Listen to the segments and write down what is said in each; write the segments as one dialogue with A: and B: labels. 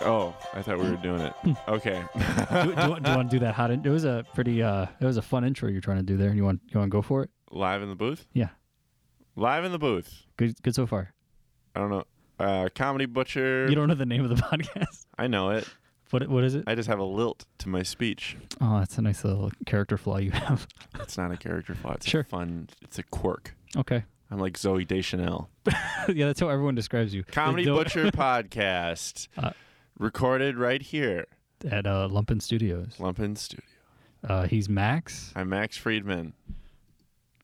A: Oh, I thought
B: Mm.
A: we were doing it.
B: Hmm.
A: Okay.
B: do, do, you want- do you want to do that hot? In- it was a pretty. uh It was a fun intro you're trying to do there, and you want you want to go for it?
A: Live in the booth?
B: Yeah,
A: Live in the booth.
B: good good so far.
A: I don't know. Uh, Comedy Butcher.
B: You don't know the name of the podcast.
A: I know it.
B: What what is it?
A: I just have a lilt to my speech.
B: Oh, that's a nice little character flaw you have.
A: It's not a character flaw. It's
B: Sure.
A: a fun. It's a quirk.
B: Okay.
A: I'm like Zoe Deschanel.
B: yeah, that's how everyone describes you. They
A: Comedy
B: don't-
A: Butcher podcast.
B: Uh,
A: Recorded right here,
B: at uh, Lumpen Studios.
A: Lumpin Studio.
B: Uh, he's Max.
A: I'm Max Friedman.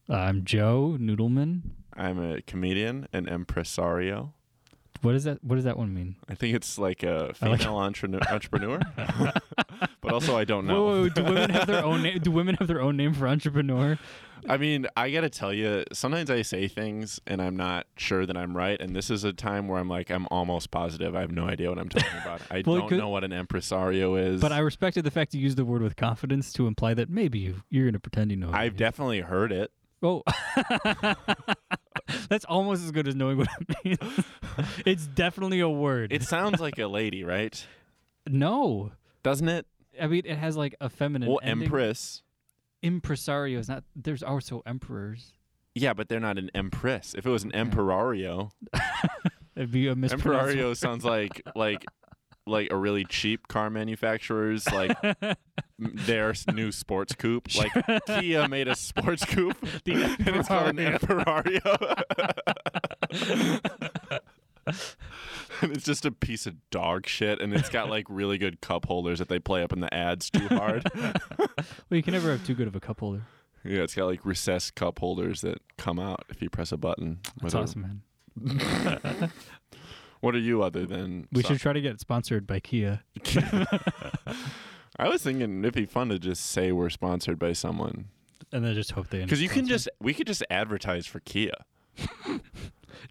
B: Uh, I'm Joe Noodleman.
A: I'm a comedian, an impresario.
B: What does that What does that one mean?
A: I think it's like a
B: I like-
A: female entrepreneur, entrepreneur. but also I don't know.
B: Whoa, do women have their own name? Do women have their own name for entrepreneur?
A: I mean, I gotta tell you, sometimes I say things and I'm not sure that I'm right, and this is a time where I'm like, I'm almost positive. I have no idea what I'm talking about. I
B: Well, it
A: don't
B: could-
A: know what an impresario is.
B: But I respected the fact you used the word with confidence to imply that maybe you, you're going to pretend you know. what it
A: I've
B: means.
A: definitely heard it.
B: oh, that's almost as good as knowing what it means. it's definitely a word.
A: It sounds like a lady, right?
B: no.
A: Doesn't it?
B: I mean, it has like a feminine.
A: Well,
B: ending.
A: empress.
B: Impresario is not. There's also emperors.
A: Yeah, but they're not an empress. If it was an emperorio,
B: It'd be a mispronunciation.
A: emperorio sounds like like like a really cheap car manufacturer's like m- their s- new sports coupe. Like Kia made a sports coupe,
B: The
A: and it's called an emperorio. And it's just a piece of dog shit, and it's got like really good cup holders that they play up in the ads too hard.
B: Well, you can never have too good of a cup holder.
A: yeah, it's got like recessed cup holders that come out if you press a button.
B: That's
A: Whatever.
B: awesome, man.
A: What are you other than?
B: We
A: so-
B: should try to get it sponsored by Kia.
A: I was thinking it'd be fun to just say we're sponsored by someone
B: And then just hope they
A: because you can
B: sponsor.
A: just we could just advertise for Kia.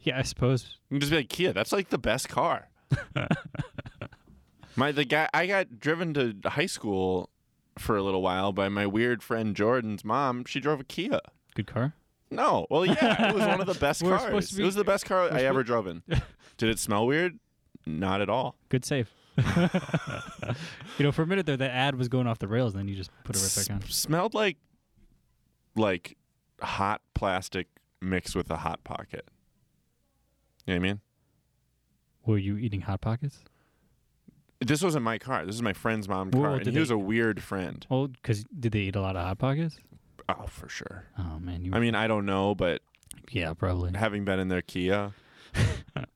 B: yeah I suppose
A: You can just be like Kia. That's like the best car. my the guy I got driven to high school for a little while by my weird friend Jordan's mom. She drove a Kia.
B: good car
A: No, well, yeah, it was one of the best
B: We're supposed
A: cars.
B: to be-
A: it was the best car I ever drove in. Did it smell weird? Not at all.
B: good save you know for a minute there the ad was going off the rails and then you just put it right back on
A: S- smelled like like hot plastic mixed with a hot pocket. You know what I mean?
B: were you eating hot pockets
A: This wasn't my car. This is my friend's mom's
B: Well,
A: car. And
B: did
A: he was
B: they-
A: a weird friend.
B: well because did they eat a lot of hot pockets
A: Oh, for sure.
B: oh man you
A: I mean, I don't know, but
B: yeah probably
A: having been in their Kia,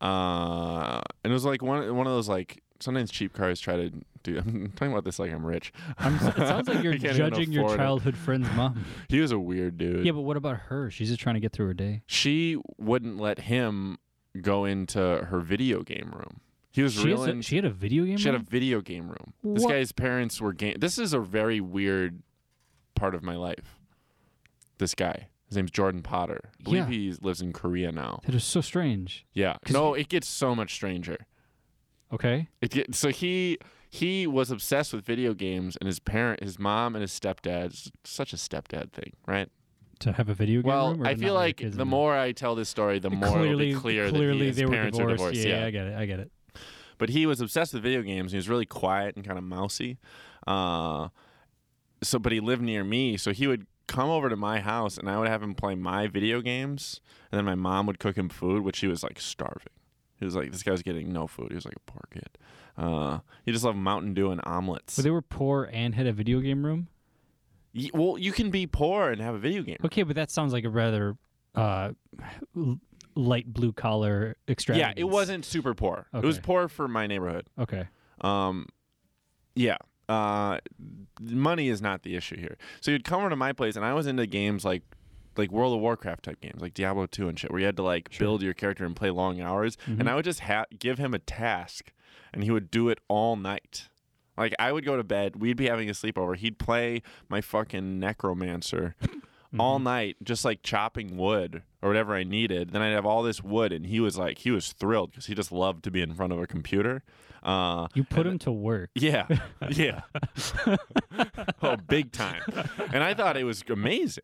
A: uh, and it was like one one of those like sometimes cheap cars try to do. I'm talking about this like I'm rich.
B: I'm, s- it sounds like you're
A: I can't even
B: judging your
A: afford it.
B: childhood friend's mom
A: He was a weird dude.
B: yeah but what about her she's just trying to get through her day
A: She wouldn't let him go into her video game room. He was
B: she, has a-
A: reeling.
B: she had a video game
A: She had a
B: room?
A: video game room. This
B: What?
A: guy's parents were game. This is a very weird part of my life. This guy, his name's Jordan Potter. I believe
B: Yeah.
A: he lives in Korea now.
B: that is so strange
A: Yeah.
B: 'Cause
A: No, it gets so much stranger.
B: okay
A: It get, so he he was obsessed with video games, and his parent, his mom, and his stepdad. It's such a stepdad thing, right?
B: to have a video game
A: Well,
B: room or
A: I
B: to
A: feel
B: not let your
A: like
B: kids
A: the
B: in there?
A: more I tell this story, the more
B: clearly
A: it'll be clear that
B: clearly
A: he, his
B: they were
A: parents
B: divorced,
A: were divorced.
B: yeah, I get it I get it
A: but he was obsessed with video games. He was really quiet and kind of mousy. Uh, so, but he lived near me, so he would come over to my house, and I would have him play my video games, and then my mom would cook him food, which he was like starving. He was like, this guy's getting no food. He was like a poor kid. Uh, he just loved Mountain Dew and omelets.
B: But they were poor and had a video game room.
A: Y- well, you can be poor and have a video game.
B: Okay, but that sounds like a rather uh, l- light blue collar
A: Yeah,
B: extravagance.
A: it wasn't super poor. It was
B: Okay.
A: poor for my neighborhood.
B: Okay.
A: Um, yeah. Uh, money is not the issue here. So you'd come over to my place, and I was into games like like World of Warcraft type games, like Diablo two and shit, where you had to like build your character and play long hours. And I would just ha- give him a task, and he would do it all night. Like I would go to bed, we'd be having a sleepover. He'd play my fucking necromancer all night, just like chopping wood or whatever I needed. Then I'd have all this wood, and he was like, he was thrilled because he just loved to be in front of a computer. Uh,
B: You put him to work.
A: yeah, yeah. oh, big time. And I thought it was amazing.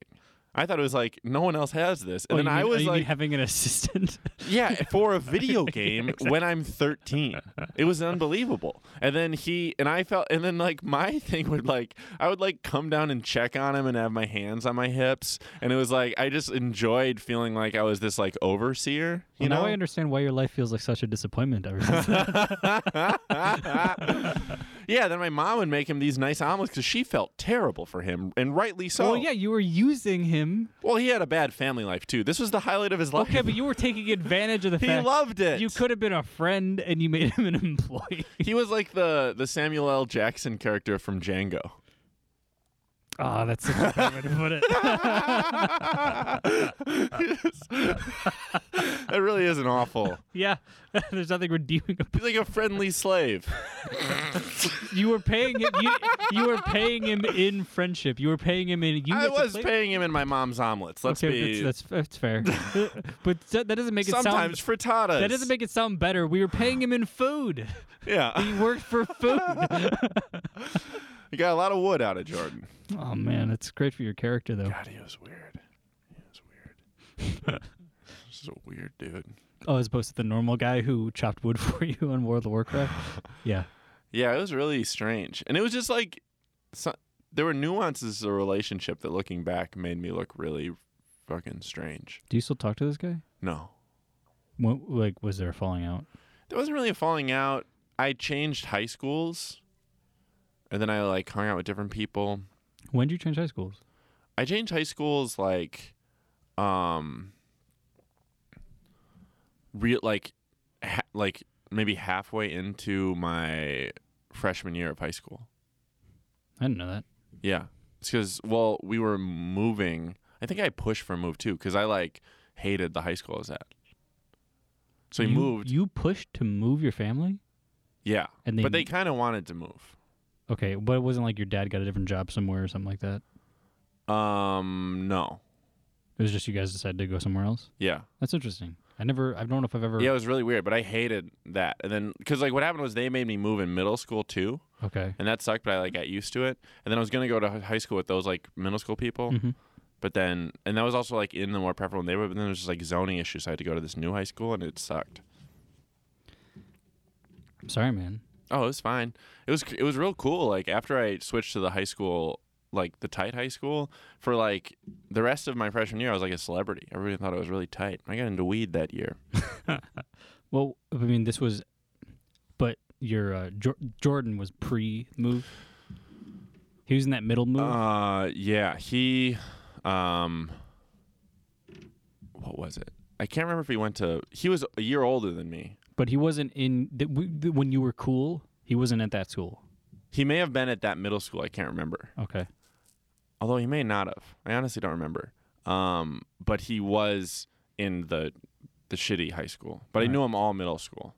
A: I thought it was like no one else has this, and
B: Oh,
A: then
B: you
A: I
B: mean- oh,
A: was
B: you mean
A: like,
B: having an assistant.
A: yeah, for a video game when I'm 13. It was unbelievable. And then he and I felt and then like my thing would like I would like come down and check on him and have my hands on my hips and it was like I just enjoyed feeling like I was this like overseer, you
B: Well, now I
A: know?
B: understand why your life feels like such a disappointment ever since. then.
A: yeah, then my mom would make him these nice omelets cuz she felt terrible for him and rightly so.
B: well, yeah, you were using him.
A: Well, he had a bad family life too. This was the highlight of his life.
B: Okay, but you were taking advantage of the
A: he
B: fact
A: loved it.
B: you could have been a friend and you made him an employee.
A: He was like the the Samuel L. Jackson character from Django.
B: Oh, that's such a good way to put it.
A: that really is an awful.
B: yeah, there's nothing redeeming about
A: He's like a friendly slave.
B: You were paying him. You, you were paying him in friendship. You were paying him in. You
A: I
B: get to
A: was
B: play-
A: paying him in my mom's omelets. Let's
B: okay,
A: be
B: that's, that's, that's fair. but that that doesn't make it sound.
A: sometimes frittatas.
B: That doesn't make it sound better. We were paying him in food.
A: yeah.
B: He worked for food.
A: You got a lot of wood out of Jordan.
B: oh man, it's great for your character though.
A: God, he was weird. He was weird. this is a weird dude.
B: Oh, as opposed to the normal guy who chopped wood for you on World of Warcraft. yeah.
A: Yeah, it was really strange, and it was just like so, there were nuances of the relationship that, looking back, made me look really fucking strange.
B: Do you still talk to this guy?
A: No,
B: What, like, was there a falling out?
A: there wasn't really a falling out. I changed high schools, and then I like hung out with different people.
B: When did you change high schools?
A: I changed high schools like, um, real like, ha- like maybe halfway into my freshman year of high school.
B: I didn't know that.
A: Yeah. It's because, well, we were moving. I think I pushed for a move too because I like hated the high school I was at. So he
B: you,
A: moved.
B: You pushed to move your family.
A: yeah.
B: And they
A: but they kind of wanted to move.
B: Okay, but it wasn't like your dad got a different job somewhere or something like that.
A: Um, no.
B: It was just you guys decided to go somewhere else.
A: Yeah.
B: That's interesting. I never, I don't know if I've ever.
A: Yeah, it was really weird, but I hated that. And then, because like what happened was they made me move in middle school too,
B: Okay.
A: and that sucked, but I like got used to it. And then I was going to go to hi- high school with those like middle school people,
B: Mhm.
A: but then, and that was also like in the more preferable neighborhood, but then there was just like zoning issues. So I had to go to this new high school, and it sucked.
B: I'm sorry, man.
A: Oh, it was fine. It was it was real cool. Like after I switched to the high school, like the tight high school, for like the rest of my freshman year, I was like a celebrity. Everybody thought I was really tight. I got into weed that year.
B: Well, I mean, this was, but your uh, Jor- Jordan was pre move. He was in that middle move.
A: Uh, yeah, he, um, what was it? I can't remember if he went to. He was a year older than me.
B: but he wasn't in th- w- th- when you were cool. He wasn't at that school.
A: He may have been at that middle school. I can't remember.
B: Okay.
A: Although he may not have. I honestly don't remember. Um, but he was in the the shitty high school. But
B: Right.
A: I knew him all middle school.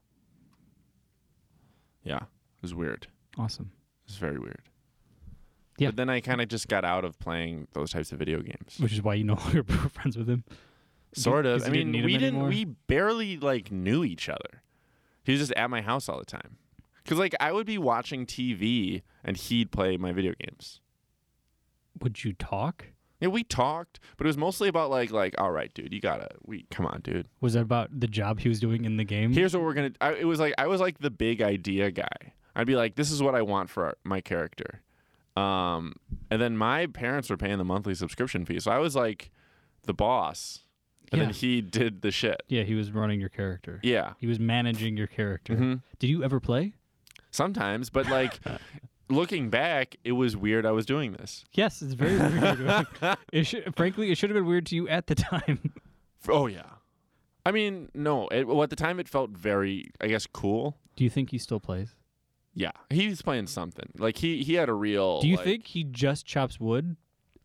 A: Yeah, it was weird.
B: Awesome.
A: It was very weird.
B: Yeah.
A: But then I kind of just got out of playing those types of video games.
B: Which is why you no longer were friends with him.
A: Sort of.
B: 'cause
A: I
B: you
A: mean,
B: didn't need him
A: we didn't.
B: anymore?
A: We barely like knew each other. He was just at my house all the time. Cause like I would be watching TV and he'd play my video games.
B: Would you talk?
A: Yeah, we talked, but it was mostly about like like all right, dude, you gotta we come on, dude.
B: Was that about the job he was doing in the game?
A: here's what we're gonna I, it was like i was like the big idea guy i'd be like this is what i want for our, my character um and then my parents were paying the monthly subscription fee so i was like the boss and
B: Yeah.
A: then he did the shit
B: Yeah, he was running your character.
A: yeah
B: He was managing your character.
A: Mhm.
B: Did you ever play?
A: sometimes but like looking back it was weird i was doing this
B: Yes, it's very weird. it should, frankly, it should have been weird to you at the time.
A: oh yeah i mean no it, well, at the time it felt very i guess cool
B: Do you think he still plays?
A: yeah he's playing something like he he had a real
B: Do you
A: like-
B: think he just chops wood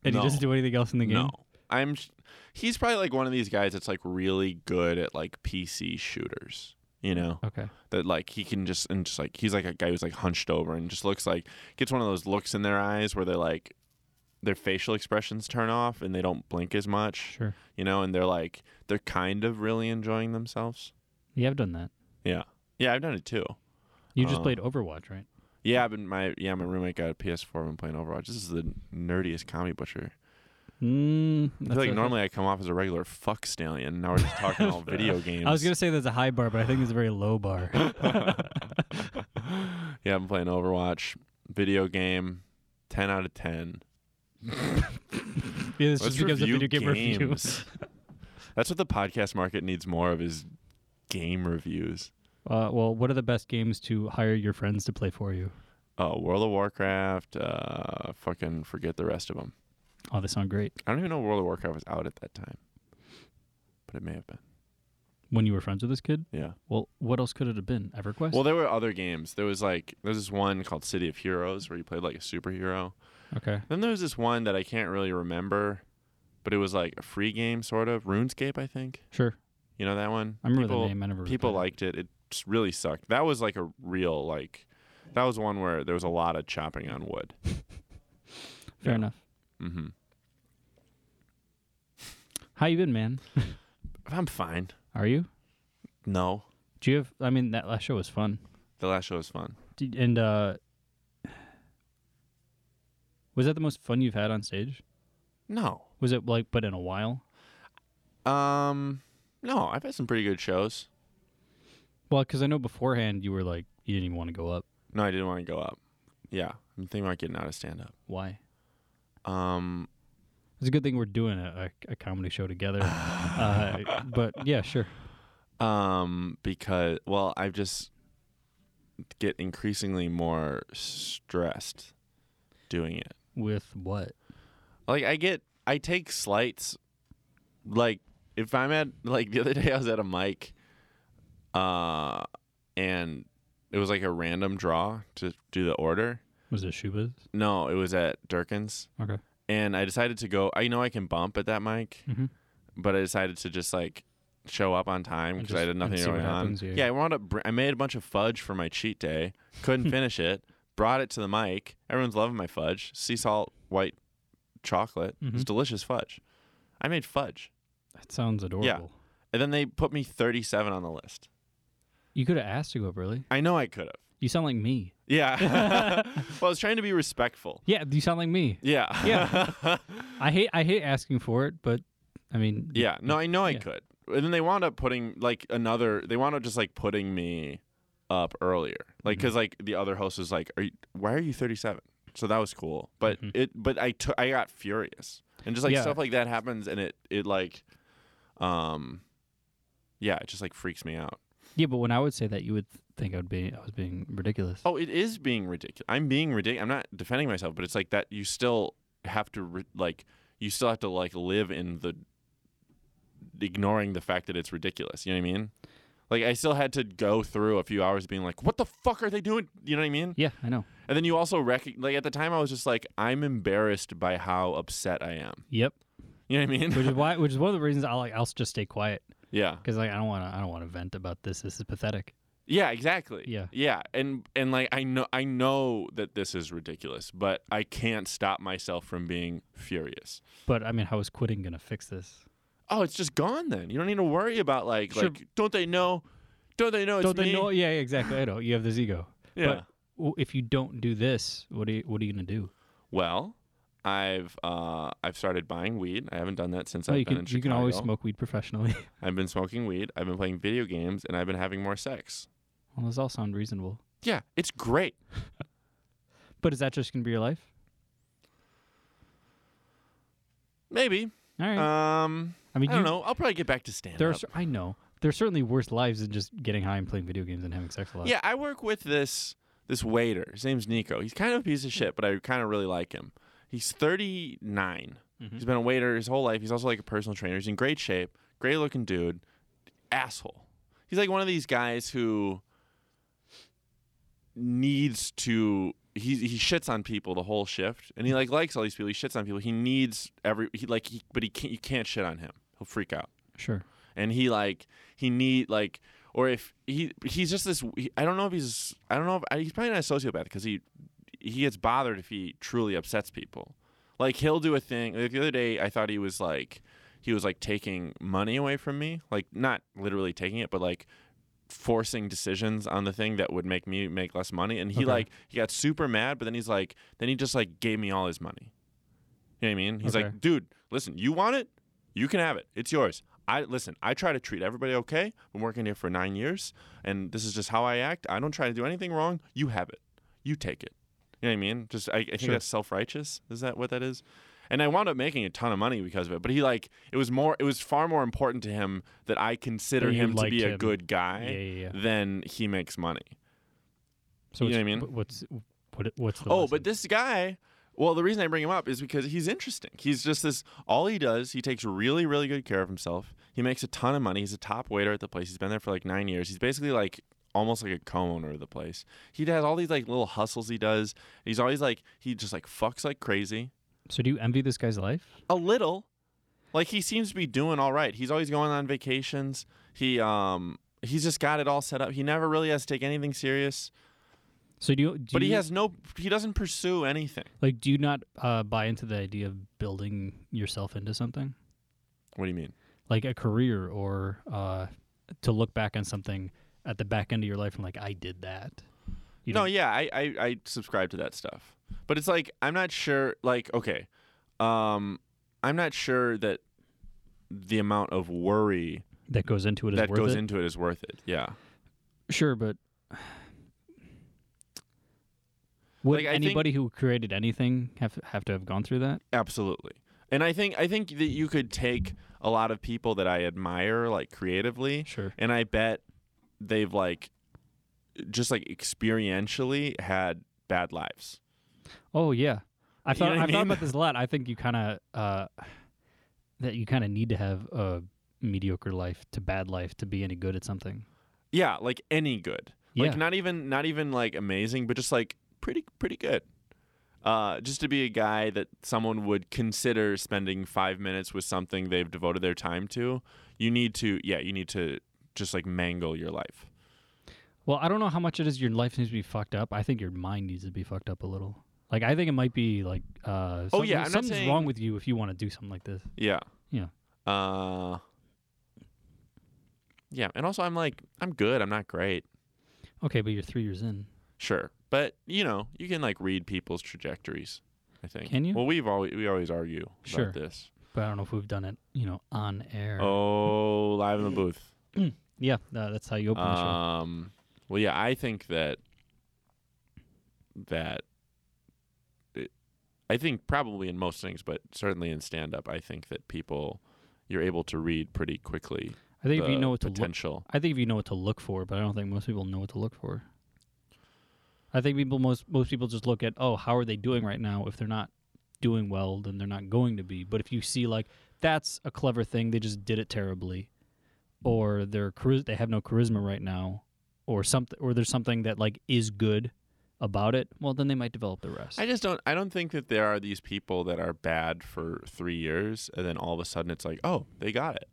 B: and
A: No.
B: he doesn't do anything else in the game?
A: No. I'm sh- he's probably like one of these guys that's like really good at like PC shooters, you know?
B: Okay.
A: That like he can just and just like he's like a guy who's like hunched over and just looks like gets one of those looks in their eyes where they're like their facial expressions turn off and they don't blink as much,
B: Sure.
A: you know, and they're like they're kind of really enjoying themselves.
B: You have done that.
A: Yeah. Yeah, I've done it too.
B: You just
A: Uh,
B: played Overwatch, right?
A: Yeah, I've been my yeah, my roommate got a PS4 and playing Overwatch. This is the nerdiest commie butcher
B: Mm,
A: I feel like normally I come off as a regular fuck stallion. Now we're just talking all video games.
B: I was gonna say that's a high bar, but I think it's a very low bar.
A: yeah, I'm playing Overwatch, video game, ten out of ten.
B: Yeah, this
A: Let's
B: just becomes a
A: review
B: video game review.
A: games. That's what the podcast market needs more of is game reviews.
B: Uh, well, what are the best games to hire your friends to play for you?
A: Oh, World of Warcraft. Uh, fucking forget the rest of them.
B: Oh, they sound great.
A: I don't even know World of Warcraft was out at that time, but it may have been.
B: When you were friends with this kid,
A: Yeah.
B: well, what else could it have been? EverQuest.
A: Well, there were other games. There was like there was this one called City of Heroes where you played like a superhero.
B: okay.
A: Then there was this one that I can't really remember, but it was like a free game sort of RuneScape, I think.
B: Sure.
A: You know that one?
B: I remember
A: people,
B: the name. I never. really
A: People
B: played it.
A: liked it. It just really sucked. That was like a real like that was one where there was a lot of chopping on wood.
B: Fair
A: yeah.
B: enough.
A: Mm-hmm.
B: How you been, man?
A: I'm fine.
B: Are you?
A: No,
B: Do you have? I mean, that last show was fun.
A: the last show was fun.
B: Did, and uh, was that the most fun you've had on stage?
A: No.
B: Was it like, but in a while?
A: Um, no. I've had some pretty good shows.
B: Well, because I know beforehand you were like, you didn't even want to go up.
A: No, I didn't want to go up. Yeah, I'm thinking about getting out of stand up.
B: Why?
A: Um,
B: It's a good thing we're doing a, a, a comedy show together. uh, but yeah, sure.
A: um, because well, I just get increasingly more stressed doing it.
B: With what?
A: Like I get, I take slights. Like if I'm at, like the other day I was at a mic, uh, and it was like a random draw to do the order.
B: Was it Shubas?
A: No, it was at Durkin's,
B: Okay.
A: and I decided to go. I know I can bump at that mic.
B: Mm-hmm.
A: but I decided to just like show up on time
B: And
A: because I
B: just-
A: had
B: and
A: nothing
B: see what
A: going on.
B: happens, yeah.
A: I wound up. Br- I made a bunch of fudge for my cheat day. Couldn't finish it. Brought it to the mic. Everyone's loving my fudge. Sea salt white chocolate. It was
B: Mhm.
A: delicious fudge. I made fudge,
B: That sounds adorable.
A: and then they put me 37 on the list.
B: You could have asked to go up early.
A: I know I could have.
B: You sound like me.
A: Yeah. well, I was trying to be respectful.
B: Yeah, you sound like me.
A: Yeah. Yeah.
B: I hate I hate asking for it, but I mean,
A: Yeah, no, I know I
B: Yeah.
A: could. And then they wound up putting like another. They wound up just like putting me up earlier, like
B: Mm-hmm.
A: because like the other host was like, "Are you? Why are you 37?" So that was cool. But
B: Mhm.
A: it. But I took. I got furious, and just like
B: Yeah.
A: stuff like that happens, and it it like, um, yeah, it just like freaks me out.
B: yeah. But when I would say that, you would think I would be I was being ridiculous.
A: Oh, it is being ridiculous. I'm being ridiculous. I'm not defending myself, but it's like that. You still have to re- like. You still have to like live in the ignoring the fact that it's ridiculous. You know what I mean? Like I still had to go through a few hours being like, "What the fuck are they doing?" You know what I mean?
B: Yeah, I know.
A: And then you also recognize, like at the time, I was just like, "I'm embarrassed by how upset I am."
B: Yep.
A: You know what I mean?
B: Which is why which is one of the reasons I like I'll just stay quiet
A: yeah.
B: because like I don't want to I don't want to vent about this. This is pathetic.
A: Yeah, exactly.
B: Yeah.
A: Yeah, and and like I know I know that this is ridiculous, but I can't stop myself from being furious.
B: But I mean, how is quitting gonna fix this?
A: Oh, it's just gone then. You don't need to worry about like
B: Sure.
A: like don't they know? Don't they know Oh, it's
B: don't they
A: me?
B: know? Yeah, yeah, exactly. I know you have this ego.
A: Yeah.
B: But w- if you don't do this, what are you what are you gonna do?
A: well, I've uh I've started buying weed. I haven't done that since
B: No,
A: I've
B: you
A: been
B: can
A: in Chicago.
B: you can always smoke weed professionally.
A: I've been smoking weed. I've been playing video games, and I've been having more sex.
B: well, those all sound reasonable.
A: Yeah, it's great.
B: But is that just gonna be your life?
A: Maybe.
B: All right.
A: Um,
B: I mean,
A: I don't
B: you,
A: know. I'll probably get back to stand
B: There are,
A: up.
B: cer- I know. There's certainly worse lives than just getting high and playing video games and having sex a lot.
A: Yeah, I work with this this waiter. His name's Nico. He's kind of a piece of shit, but I kind of really like him. He's 39. He's been a waiter his whole life. He's also like a personal trainer. He's in great shape. Great looking dude. Asshole. He's like one of these guys who needs to he he shits on people the whole shift and he like likes all these people. He shits on people. He needs every he like he but he can't you can't shit on him. He'll freak out
B: Sure.
A: and he like he need like or if he he's just this he, I don't know if he's I don't know if I- he's probably not a sociopath because he he gets bothered if he truly upsets people. Like he'll do a thing. Like the other day, I thought he was like he was like taking money away from me, like not literally taking it, but like forcing decisions on the thing that would make me make less money. And he
B: Okay.
A: like he got super mad, but then he's like then he just like gave me all his money. You know what I mean? He's
B: Okay.
A: like, dude, listen, you want it? You can have it. It's yours. I listen, I try to treat everybody okay. Been working here for nine years and this is just how I act. I don't try to do anything wrong. You have it. You take it. You know what I mean? Just I, I think
B: Sure.
A: that's self righteous. Is that what that is? And I wound up making a ton of money because of it. But he like it was more it was far more important to him that I consider
B: That you
A: him to
B: liked
A: be a
B: him.
A: good
B: Yeah,
A: guy
B: yeah, yeah.
A: than he makes money.
B: So
A: you know what
B: what's,
A: I mean?
B: wh- What's what? What's the
A: Oh,
B: lesson?
A: but this guy. Well, the reason I bring him up is because he's interesting. He's just this. All he does, he takes really, really good care of himself. He makes a ton of money. He's a top waiter at the place. He's been there for like nine years. He's basically like almost like a co-owner of the place. He has all these like little hustles he does. He's always like he just like fucks like crazy.
B: so do you envy this guy's life?
A: A little, like he seems to be doing all right. He's always going on vacations. He um he's just got it all set up. He never really has to take anything serious.
B: So do you? Do
A: But he
B: you,
A: has no. He doesn't pursue anything.
B: like, do you not uh, buy into the idea of building yourself into something?
A: What do you mean?
B: like a career or uh, to look back on something at the back end of your life and like I did that. You
A: no,
B: don't-
A: yeah, I, I I subscribe to that stuff, but it's like I'm not sure. Like, okay, um, I'm not sure that the amount of worry
B: that goes into it is
A: that
B: worth
A: goes
B: it.
A: into it is worth it. Yeah,
B: sure, but would
A: Like, I think-
B: anybody who created anything have have to have gone through that?
A: absolutely. And I think I think that you could take a lot of people that I admire, like creatively,
B: Sure.
A: and I bet they've like just like experientially had bad lives.
B: Oh yeah, I
A: You
B: thought
A: know what I
B: I thought
A: mean?
B: about this a lot. I think you kind of uh, that you kind of need to have a mediocre life to bad life to be any good at something.
A: Yeah, like any good. Like
B: Yeah.
A: not even not even like amazing, but just like pretty pretty good. Uh, just to be a guy that someone would consider spending five minutes with something they've devoted their time to, you need to yeah, you need to just like mangle your life.
B: Well, I don't know how much it is your life needs to be fucked up. I think your mind needs to be fucked up a little. Like I think it might be like uh
A: Oh,
B: something-
A: yeah, I'm not
B: something's
A: saying-
B: wrong with you if you want to do something like this.
A: Yeah.
B: Yeah.
A: Uh yeah, and also I'm like I'm good. I'm not great,
B: Okay, but you're 3 years in.
A: sure, but you know you can like read people's trajectories. I think.
B: Can you?
A: Well, we've always we always argue
B: Sure.
A: about this.
B: But I don't know if we've done it, you know, on air.
A: Oh, live in the booth.
B: Yeah, no, that's how you open the show.
A: Um, well, yeah, I think that that it, I think probably in most things, but certainly in stand up, I think that people you're able to read pretty quickly.
B: I think if you
A: the
B: know what to look
A: potential.
B: I think if you know what to look for, but I don't think most people know what to look for. I think people most most people just look at, "Oh, how are they doing right now? If they're not doing well, then they're not going to be." But if you see like that's a clever thing, they just did it terribly or they're chari- they have no charisma right now or something or there's something that like is good about it, well then they might develop the rest.
A: I just don't. I don't think that there are these people that are bad for three years, and then all of a sudden it's like, oh, they got it.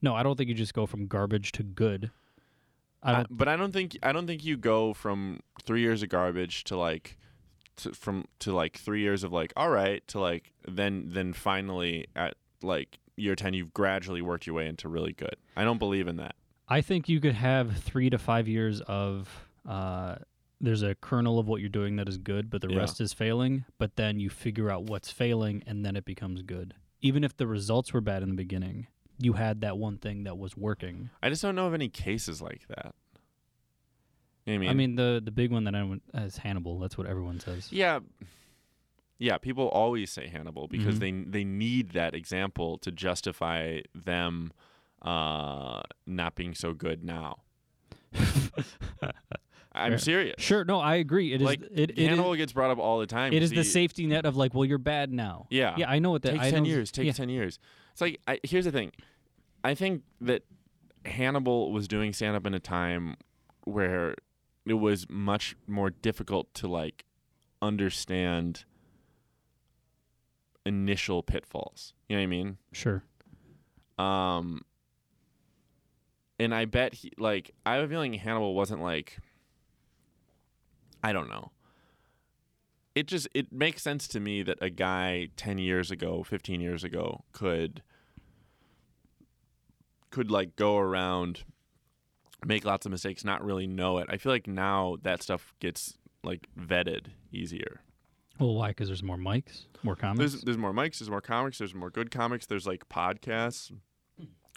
B: no, I don't think you just go from garbage to good. I don't
A: I- but I don't think I don't think you go from three years of garbage to like to, from to like three years of like all right to like then then finally at like year ten you've gradually worked your way into really good. I don't believe in that.
B: I think you could have three to five years of uh, there's a kernel of what you're doing that is good, but the
A: Yeah.
B: rest is failing. But then you figure out what's failing, and then it becomes good. Even if the results were bad in the beginning, you had that one thing that was working.
A: I just don't know of any cases like that. You know what I mean,
B: I mean, the the big one that I went is Hannibal. That's what everyone says.
A: yeah, yeah. People always say Hannibal because
B: Mm-hmm.
A: they they need that example to justify them uh, not being so good now. I'm
B: Fair.
A: serious.
B: Sure, no, I agree. It is
A: Like,
B: it, it is-
A: Hannibal gets brought up all the time.
B: it
A: because
B: is the
A: he-
B: safety net of like, well, you're bad now.
A: Yeah.
B: yeah, I know what that
A: Takes
B: I
A: ten
B: know-
A: years. Takes
B: yeah.
A: ten years. It's like I, here's the thing. I think that Hannibal was doing stand up in a time where it was much more difficult to like understand initial pitfalls. You know what I mean?
B: Sure,
A: Um, and I bet he like I have a feeling Hannibal wasn't like I don't know. It just it makes sense to me that a guy ten years ago, fifteen years ago, could could like go around, make lots of mistakes, not really know it. I feel like now that stuff gets like vetted easier.
B: Well, why? Because there's more mics, more comments.
A: There's there's more mics, there's more comics, there's more good comics, there's like podcasts.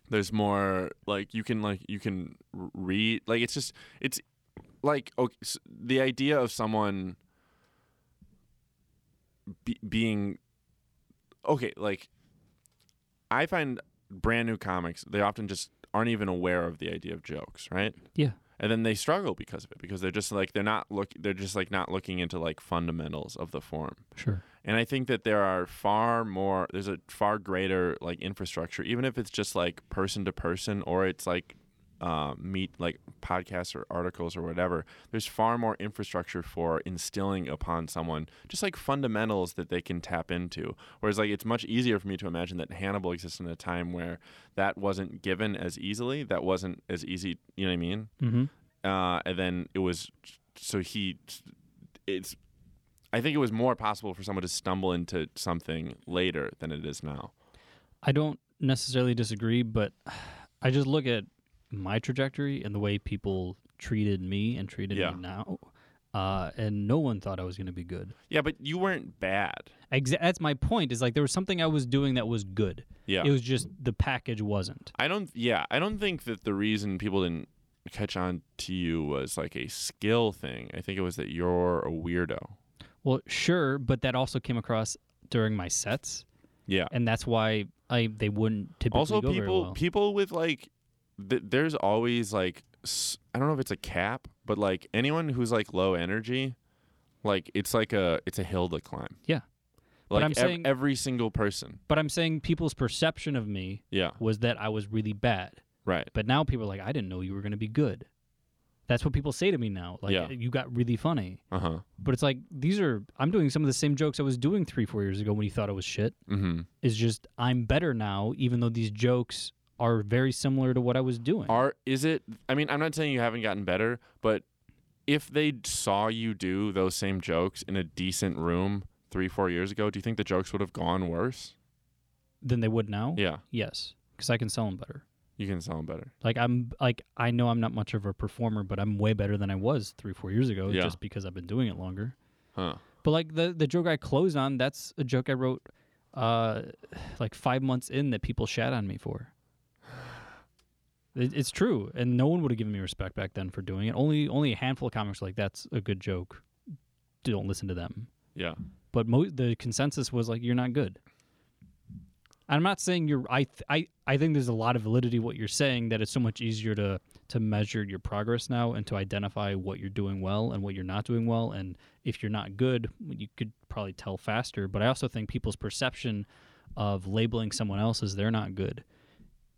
A: There's more like you can like you can r- read like it's just it's like okay, s the idea of someone be- being okay like I find brand new comics they often just aren't even aware of the idea of jokes, right?
B: Yeah.
A: And then they struggle because of it because they're just like they're not look they're just like not looking into like fundamentals of the form.
B: sure.
A: And I think that there are far more, there's a far greater like infrastructure, even if it's just like person to person or it's like uh, meet like podcasts or articles or whatever. There's far more infrastructure for instilling upon someone just like fundamentals that they can tap into. Whereas like it's much easier for me to imagine that Hannibal exists in a time where that wasn't given as easily, that wasn't as easy. You know what I mean?
B: Mm-hmm.
A: uh, and then it was so he it's i think it was more possible for someone to stumble into something later than it is now
B: I don't necessarily disagree, but I just look at my trajectory and the way people treated me and treated
A: Yeah.
B: me now, uh, and no one thought I was going to be good.
A: yeah but you weren't bad
B: Exa- that's my point. Is like there was something I was doing that was good.
A: yeah
B: It was just the package wasn't.
A: i don't yeah i don't think that the reason people didn't catch on to you was like a skill thing i think it was that you're a weirdo
B: Well, sure, but that also came across during my sets,
A: yeah
B: and that's why I they wouldn't typically
A: also
B: go very
A: people
B: well.
A: people with like th- there's always like s- i don't know if it's a cap but like anyone who's like low energy like it's like a it's a hill to climb
B: Yeah. But
A: like
B: I'm
A: ev-
B: saying-
A: every single person
B: but I'm saying people's perception of me
A: yeah
B: was that I was really bad.
A: right
B: But now people are like, I didn't know you were going to be good. That's what people say to me now. Like,
A: Yeah.
B: you got really funny.
A: uh-huh
B: But it's like, these are, I'm doing some of the same jokes I was doing three, four years ago when you thought it was shit.
A: mm-hmm
B: It's just, I'm better now, even though these jokes are very similar to what I was doing.
A: are is it i mean i'm not saying you haven't gotten better but if they d- saw you do those same jokes in a decent room three four years ago do you think the jokes would have gone worse
B: than they would now?
A: yeah
B: Yes. Because I can sell them better.
A: you can sell them better
B: Like, I'm, like, I know I'm not much of a performer, but I'm way better than I was three, four years ago
A: Yeah.
B: just because I've been doing it longer.
A: huh
B: But like the the joke I closed on, that's a joke I wrote uh like five months in that people shat on me for. It, it's true, and no one would have given me respect back then for doing it. Only only a handful of comics were like that's a good joke. Don't listen to them.
A: yeah
B: But mo- the consensus was like you're not good. I'm not saying you're. I th- I I think there's a lot of validity to what you're saying. That it's so much easier to to measure your progress now and to identify what you're doing well and what you're not doing well. And if you're not good, you could probably tell faster. But I also think people's perception of labeling someone else as they're not good,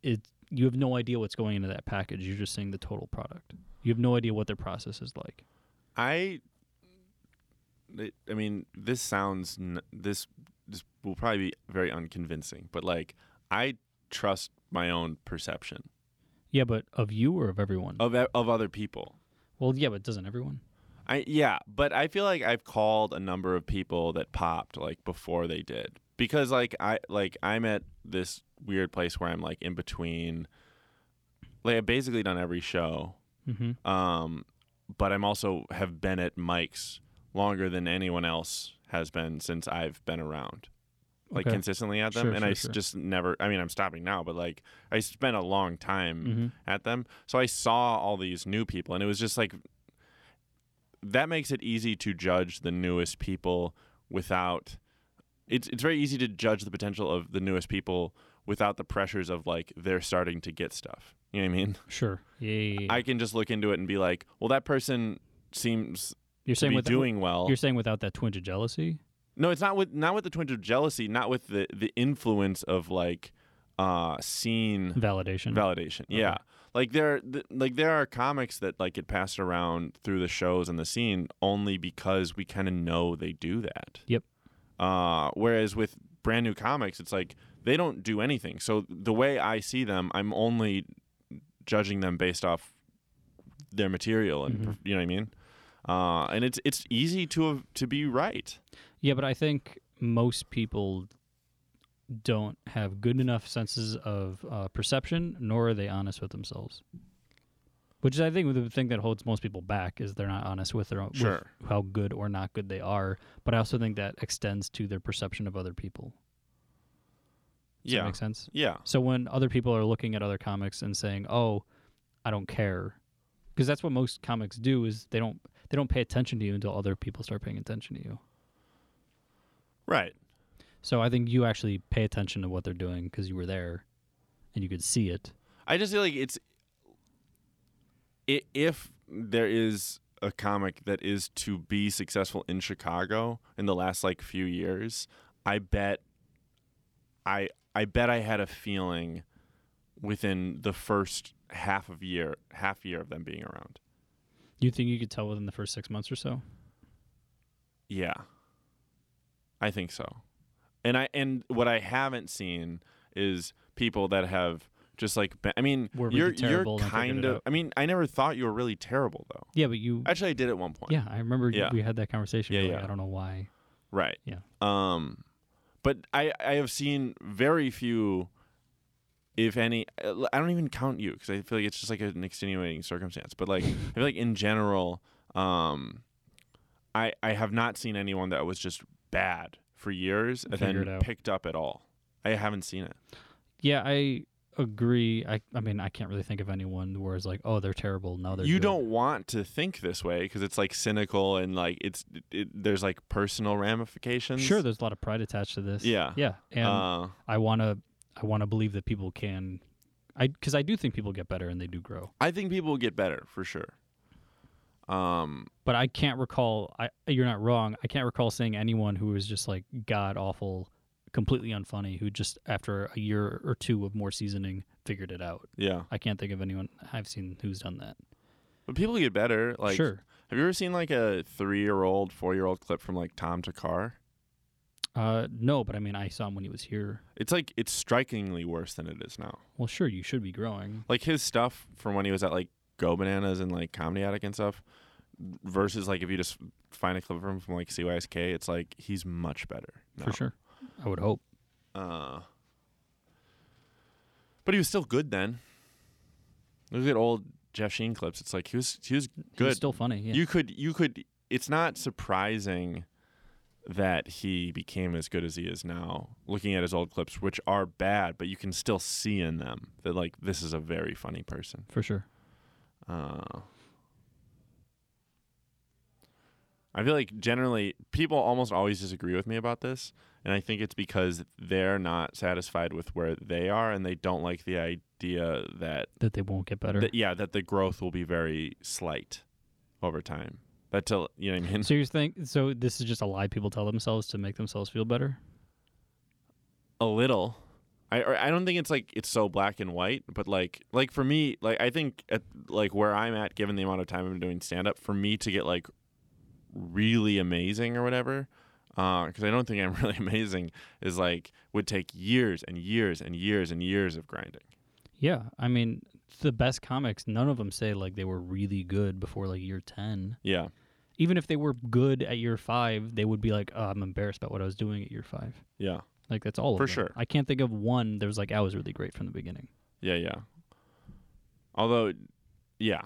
B: it you have no idea what's going into that package. You're just seeing the total product. You have no idea what their process is like.
A: I, it- I mean, this sounds n- this this will probably be very unconvincing, but like I trust my own perception
B: Yeah, but of you or of everyone?
A: of e- of other people.
B: well, yeah, but doesn't everyone?
A: I yeah, but I feel like I've called a number of people that popped like before they did because like I like I'm at this weird place where I'm like in between. Like I've basically done every show,
B: Mm-hmm.
A: um, but I'm also have been at mics longer than anyone else has been since I've been around, like
B: Okay.
A: consistently at them.
B: Sure,
A: and
B: sure,
A: I s-
B: sure.
A: just never. I mean, I'm stopping now, but like I spent a long time
B: Mm-hmm.
A: at them, so I saw all these new people, and it was just like that makes it easy to judge the newest people without. It's it's very easy to judge the potential of the newest people without the pressures of like they're starting to get stuff. You know what I mean?
B: Sure. Yeah. yeah, yeah.
A: I can just look into it and be like, well, that person seems
B: you're
A: to
B: saying
A: be
B: without,
A: doing well.
B: You're saying without that twinge of jealousy.
A: no, it's not with not with the twinge of jealousy, not with the the influence of like uh scene
B: Validation.
A: validation. Yeah, like there th- like there are comics that like get passed around through the shows and the scene only because we kind of know they do that.
B: Yep.
A: Uh, whereas with brand new comics, it's like they don't do anything. So the way I see them, I'm only judging them based off their material, and
B: Mhm.
A: you know what I mean. Uh, and it's it's easy to to be right.
B: yeah, but I think most people don't have good enough senses of uh, perception, nor are they honest with themselves. which is I think the thing that holds most people back is they're not honest with their own with
A: Sure.
B: how good or not good they are. But I also think that extends to their perception of other people. Does that
A: yeah.
B: make sense.
A: Yeah.
B: So when other people are looking at other comics and saying, "Oh, I don't care," because that's what most comics do is they don't they don't pay attention to you until other people start paying attention to you.
A: Right.
B: So I think you actually pay attention to what they're doing because you were there and you could see it.
A: I just feel like it's i if there is a comic that is to be successful in Chicago in the last like few years, I bet I I bet I had a feeling within the first half of year half year of them being around.
B: You think you could tell within the first six months or so?
A: Yeah. I think so. And I and what I haven't seen is people that have just like been, I mean
B: Were really
A: you're
B: terrible
A: you're
B: and figured
A: kind
B: it
A: of
B: out.
A: I mean I never thought you were really terrible though.
B: Yeah, but you.
A: Actually I did at one point.
B: yeah, I remember you-
A: Yeah.
B: we had that conversation.
A: Yeah,
B: You're like,
A: yeah.
B: I don't know why.
A: Right.
B: Yeah.
A: Um, but I I have seen very few, if any. I don't even count you because I feel like it's just like an extenuating circumstance. But like I feel like in general, um, I I have not seen anyone that was just bad for years and
B: Figure it
A: then
B: out.
A: picked up at all. I haven't seen it.
B: Yeah, I agree. I, I mean, I can't really think of anyone where it's like, oh, they're terrible. Now they're
A: you
B: good.
A: don't want to think this way because it's like cynical and like it's it, there's like personal ramifications.
B: Sure, there's a lot of pride attached to this.
A: Yeah.
B: Yeah, and
A: Uh,
B: I wanna I wanna believe that people can, I because I do think people get better and they do grow.
A: I think people will get better for sure. Um,
B: but I can't recall. I you're not wrong. I can't recall seeing anyone who was just like god awful, completely unfunny. Who just after a year or two of more seasoning figured it out.
A: yeah.
B: I can't think of anyone I've seen who's done that.
A: But people get better. Like,
B: sure.
A: Have you ever seen like a three-year-old, four-year-old clip from like Tom Takar?
B: Uh, no, but I mean, I saw him when he was here.
A: It's like it's strikingly worse than it is now.
B: Well, sure, you should be growing.
A: Like his stuff from when he was at like Go Bananas and like Comedy Attic and stuff, versus like if you just find a clip from from like CYSK, it's like he's much better.
B: For
A: now.
B: sure. I would hope.
A: Uh, but he was still good then. Look at old Jeff Sheen clips. It's like he was he was
B: He's
A: good.
B: still funny. Yeah.
A: you could you could it's not surprising that he became as good as he is now looking at his old clips which are bad but you can still see in them that like this is a very funny person
B: for sure.
A: uh, i feel like generally people almost always disagree with me about this and i think it's because they're not satisfied with where they are and they don't like the idea that
B: That they won't get better.
A: that yeah that the growth will be very slight over time but to you know what i mean
B: so you're think so this is just a lie people tell themselves to make themselves feel better.
A: a little i or i don't think it's like it's so black and white but like like for me like i think at like where i'm at given the amount of time i've been doing stand up for me to get like really amazing or whatever because i don't think i'm really amazing is like would take years and years and years and years of grinding
B: Yeah, I mean, the best comics, none of them say like they were really good before like year 10.
A: yeah
B: Even if they were good at year 5, they would be like, "Oh, I'm embarrassed about what I was doing at year 5."
A: yeah
B: Like that's all of
A: For
B: them.
A: sure.
B: I can't think of one that was like I was really great from the beginning.
A: Yeah, yeah. Although, yeah.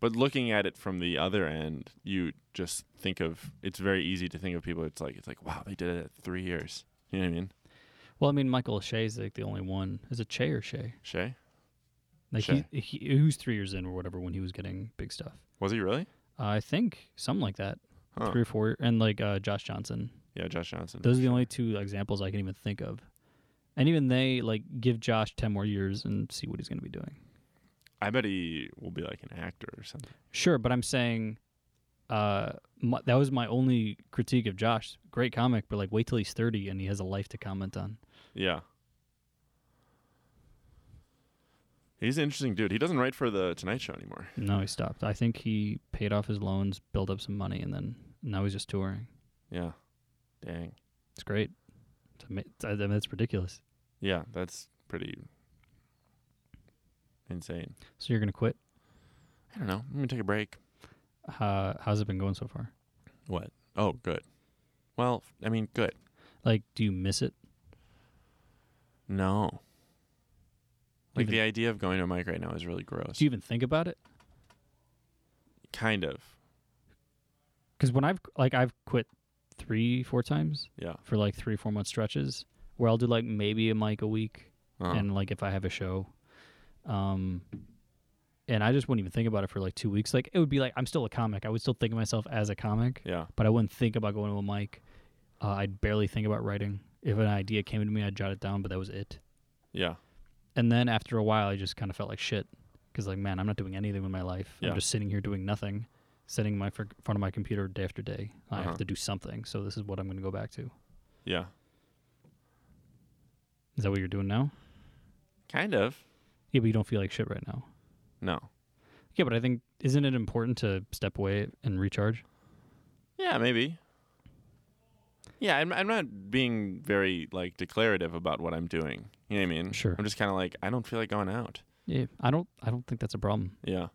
A: But looking at it from the other end, you just think of it's very easy to think of people. It's like it's like wow, they did it at three years. You know what I mean?
B: Well, I mean, Michael Shea is like the only one. Is it Che or Shea?
A: Shay
B: Like
A: Shea.
B: He, he who's 3 years in or whatever when he was getting big stuff.
A: was he really?
B: Uh, I think something like that.
A: Huh.
B: 3 or 4 and like uh, Josh Johnson.
A: Yeah, Josh Johnson.
B: Those are the only two examples I can even think of. And even they like give Josh 10 more years and see what he's going to be doing.
A: I bet he will be like an actor or something.
B: Sure, but I'm saying uh my, that was my only critique of Josh. Great comic, but like wait till he's 30 and he has a life to comment on.
A: Yeah. He's an interesting dude. He doesn't write for the Tonight Show anymore.
B: No, he stopped. I think he paid off his loans, built up some money and then now he's just touring.
A: Yeah. Dang.
B: It's great. It's ama- it's- I mean, that's ridiculous.
A: Yeah, that's pretty insane.
B: So you're going to quit?
A: I don't know. I'm gonna take a break.
B: Uh, how's it been going so far?
A: What? Oh, good. Well, I mean, good.
B: Like do you miss it?
A: No. Like
B: Even-
A: the idea of going to a mic right now is really gross.
B: Do you even think about it?
A: kind of.
B: Because when I've like I've quit three, four times
A: Yeah.
B: for like three, four month stretches, where I'll do like maybe a mic a week,
A: Uh-huh.
B: and like if I have a show, um, and I just wouldn't even think about it for like two weeks. Like it would be like I'm still a comic. I would still think of myself as a comic,
A: yeah.
B: but I wouldn't think about going to a mic. Uh, I'd barely think about writing. If an idea came to me, I'd jot it down, but that was it.
A: Yeah.
B: And then after a while, I just kind of felt like shit because like man, I'm not doing anything with my life.
A: Yeah.
B: I'm just sitting here doing nothing, sitting in my fr- front of my computer day after day. I
A: Uh-huh.
B: have to do something, so this is what I'm going to go back to.
A: Yeah.
B: Is that what you're doing now?
A: Kind of.
B: Yeah, but you don't feel like shit right now.
A: No.
B: Yeah, but I think isn't it important to step away and recharge?
A: Yeah, maybe. Yeah, I'm, I'm not being very like declarative about what I'm doing. You know what I mean?
B: Sure.
A: I'm just kind of like I don't feel like going out.
B: Yeah, I don't. I don't think that's a problem.
A: Yeah.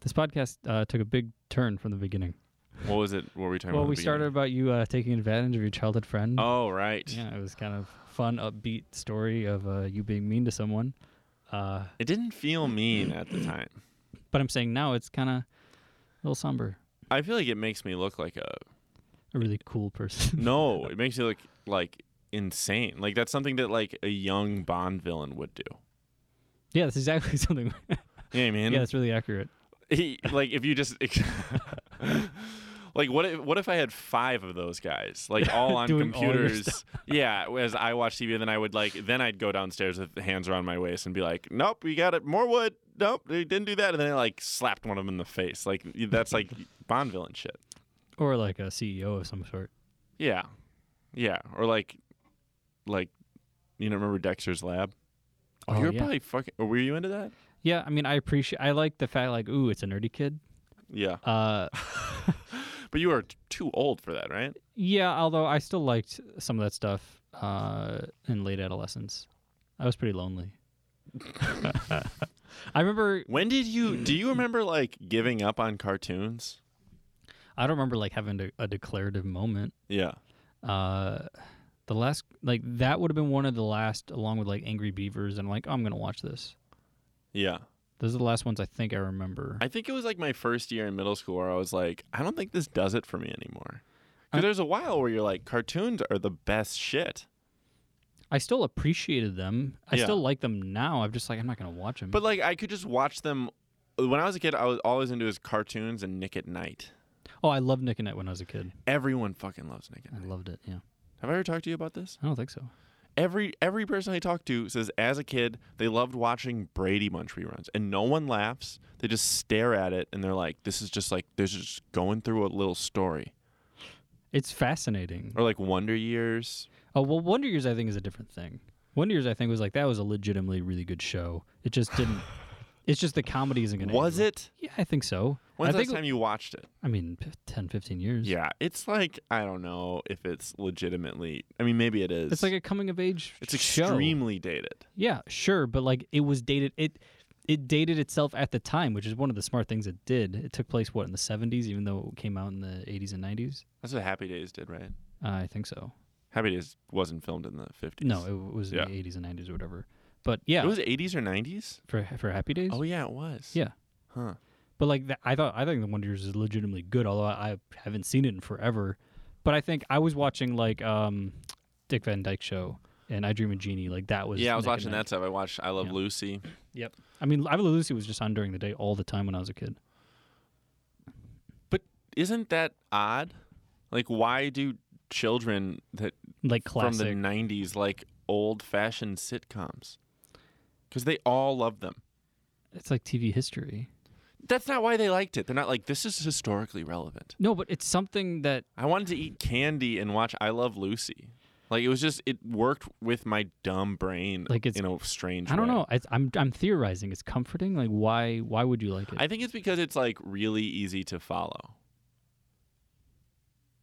B: This podcast uh, took a big turn from the beginning.
A: What was it? What were we talking
B: well,
A: about?
B: we
A: at the
B: started about you uh, taking advantage of your childhood friend.
A: beginning? Oh right.
B: Yeah, it was kind of fun, upbeat story of uh, you being mean to someone. Uh,
A: It didn't feel mean at the time.
B: but I'm saying now it's kind of a little somber.
A: I feel like it makes me look like a
B: A really cool person.
A: no. It makes me look like insane. Like that's something that like a young Bond villain would do.
B: yeah, that's exactly something.
A: You know what I mean?
B: yeah, that's really accurate.
A: He, like if you just like what if what if I had five of those guys like all on
B: Doing all your
A: computers? yeah, as I watch TV, then I would like then I'd go downstairs with hands around my waist and be like, "Nope, we got it. More wood. Nope, they didn't do that." And then I like slapped one of them in the face. Like that's like Bond villain shit.
B: Or like a CEO of some sort.
A: Yeah, yeah, or like like you know remember Dexter's Lab?
B: Oh,
A: you were
B: yeah.
A: probably fucking. Or were you into that?
B: Yeah, I mean, I appreciate. I like the fact, like, ooh, it's a nerdy kid.
A: Yeah,
B: Uh,
A: but you were t- too old for that, right?
B: yeah, although I still liked some of that stuff uh, in late adolescence. I was pretty lonely. I remember.
A: When did you do you remember like giving up on cartoons?
B: I don't remember like having de- a declarative moment.
A: Yeah.
B: uh the last like that would have been one of the last along with like angry beavers and like "Oh, i'm gonna watch this
A: Yeah.
B: those are the last ones i think i remember
A: I think it was like my first year in middle school where I was like, I don't think this does it for me anymore. Cuz there's a while where you're like cartoons are the best shit.
B: Mm. i still appreciated them i
A: Yeah.
B: still like them now i'm just like i'm not gonna watch them
A: But like I could just watch them uh, when I was a kid, I was always into is cartoons and Nick at Night.
B: oh i loved nick and Nite when i was a kid
A: Everyone fucking loves Nick at
B: i
A: Night.
B: loved it yeah
A: Have I ever talked to you about this?
B: i don't think so
A: Every every person I talk to says as a kid they loved watching Brady Bunch reruns and no one laughs. They just stare at it and they're like, this is just like this is just going through a little story.
B: it's fascinating
A: or like Wonder Years.
B: oh well wonder years i think is a different thing wonder years i think was like that was a legitimately really good show it just didn't it's just the comedy isn't gonna
A: Was
B: age
A: it?
B: well. yeah i think so
A: When's
B: i
A: the
B: think
A: last time you watched it?
B: i mean 10 15 years
A: Yeah, it's like I don't know if it's legitimately. I mean, maybe it is.
B: it's like a coming of age
A: it's
B: show.
A: extremely dated.
B: Yeah, sure, but like it was dated it it dated itself at the time, which is one of the smart things it did. It took place what in the 70s even though it came out in the 80s and 90s?
A: That's what Happy Days did, right?
B: Uh, I think so.
A: Happy Days wasn't filmed in the fifties.
B: No, it w- was in
A: Yeah.
B: the 80s and 90s or whatever. But yeah,
A: it was eighties or nineties.
B: for for Happy Days.
A: Oh yeah, it was.
B: Yeah.
A: Huh.
B: But like that, I thought I think the Wonder Years is legitimately good, although I, I haven't seen it in forever. But I think I was watching like um Dick Van Dyke show and I Dream of Genie, like that was
A: yeah, I was
B: Nick and
A: watching
B: Night.
A: that stuff. I watched I Love
B: Yeah.
A: Lucy.
B: Yep. I mean, I Love Lucy was just on during the day all the time when I was a kid.
A: But isn't that odd? Like, why do children that
B: Like classic.
A: from the '90s like old-fashioned sitcoms? Because they all love them.
B: it's like TV history.
A: That's not why they liked it. They're not like this is historically relevant.
B: No, but it's something that
A: I wanted to eat candy and watch I Love Lucy. Like it was just it worked with my dumb brain
B: Like, it's-
A: in a strange
B: I don't
A: way.
B: know. I, I'm I'm theorizing. It's comforting. Like why why would you like it?
A: I think it's because it's like really easy to follow.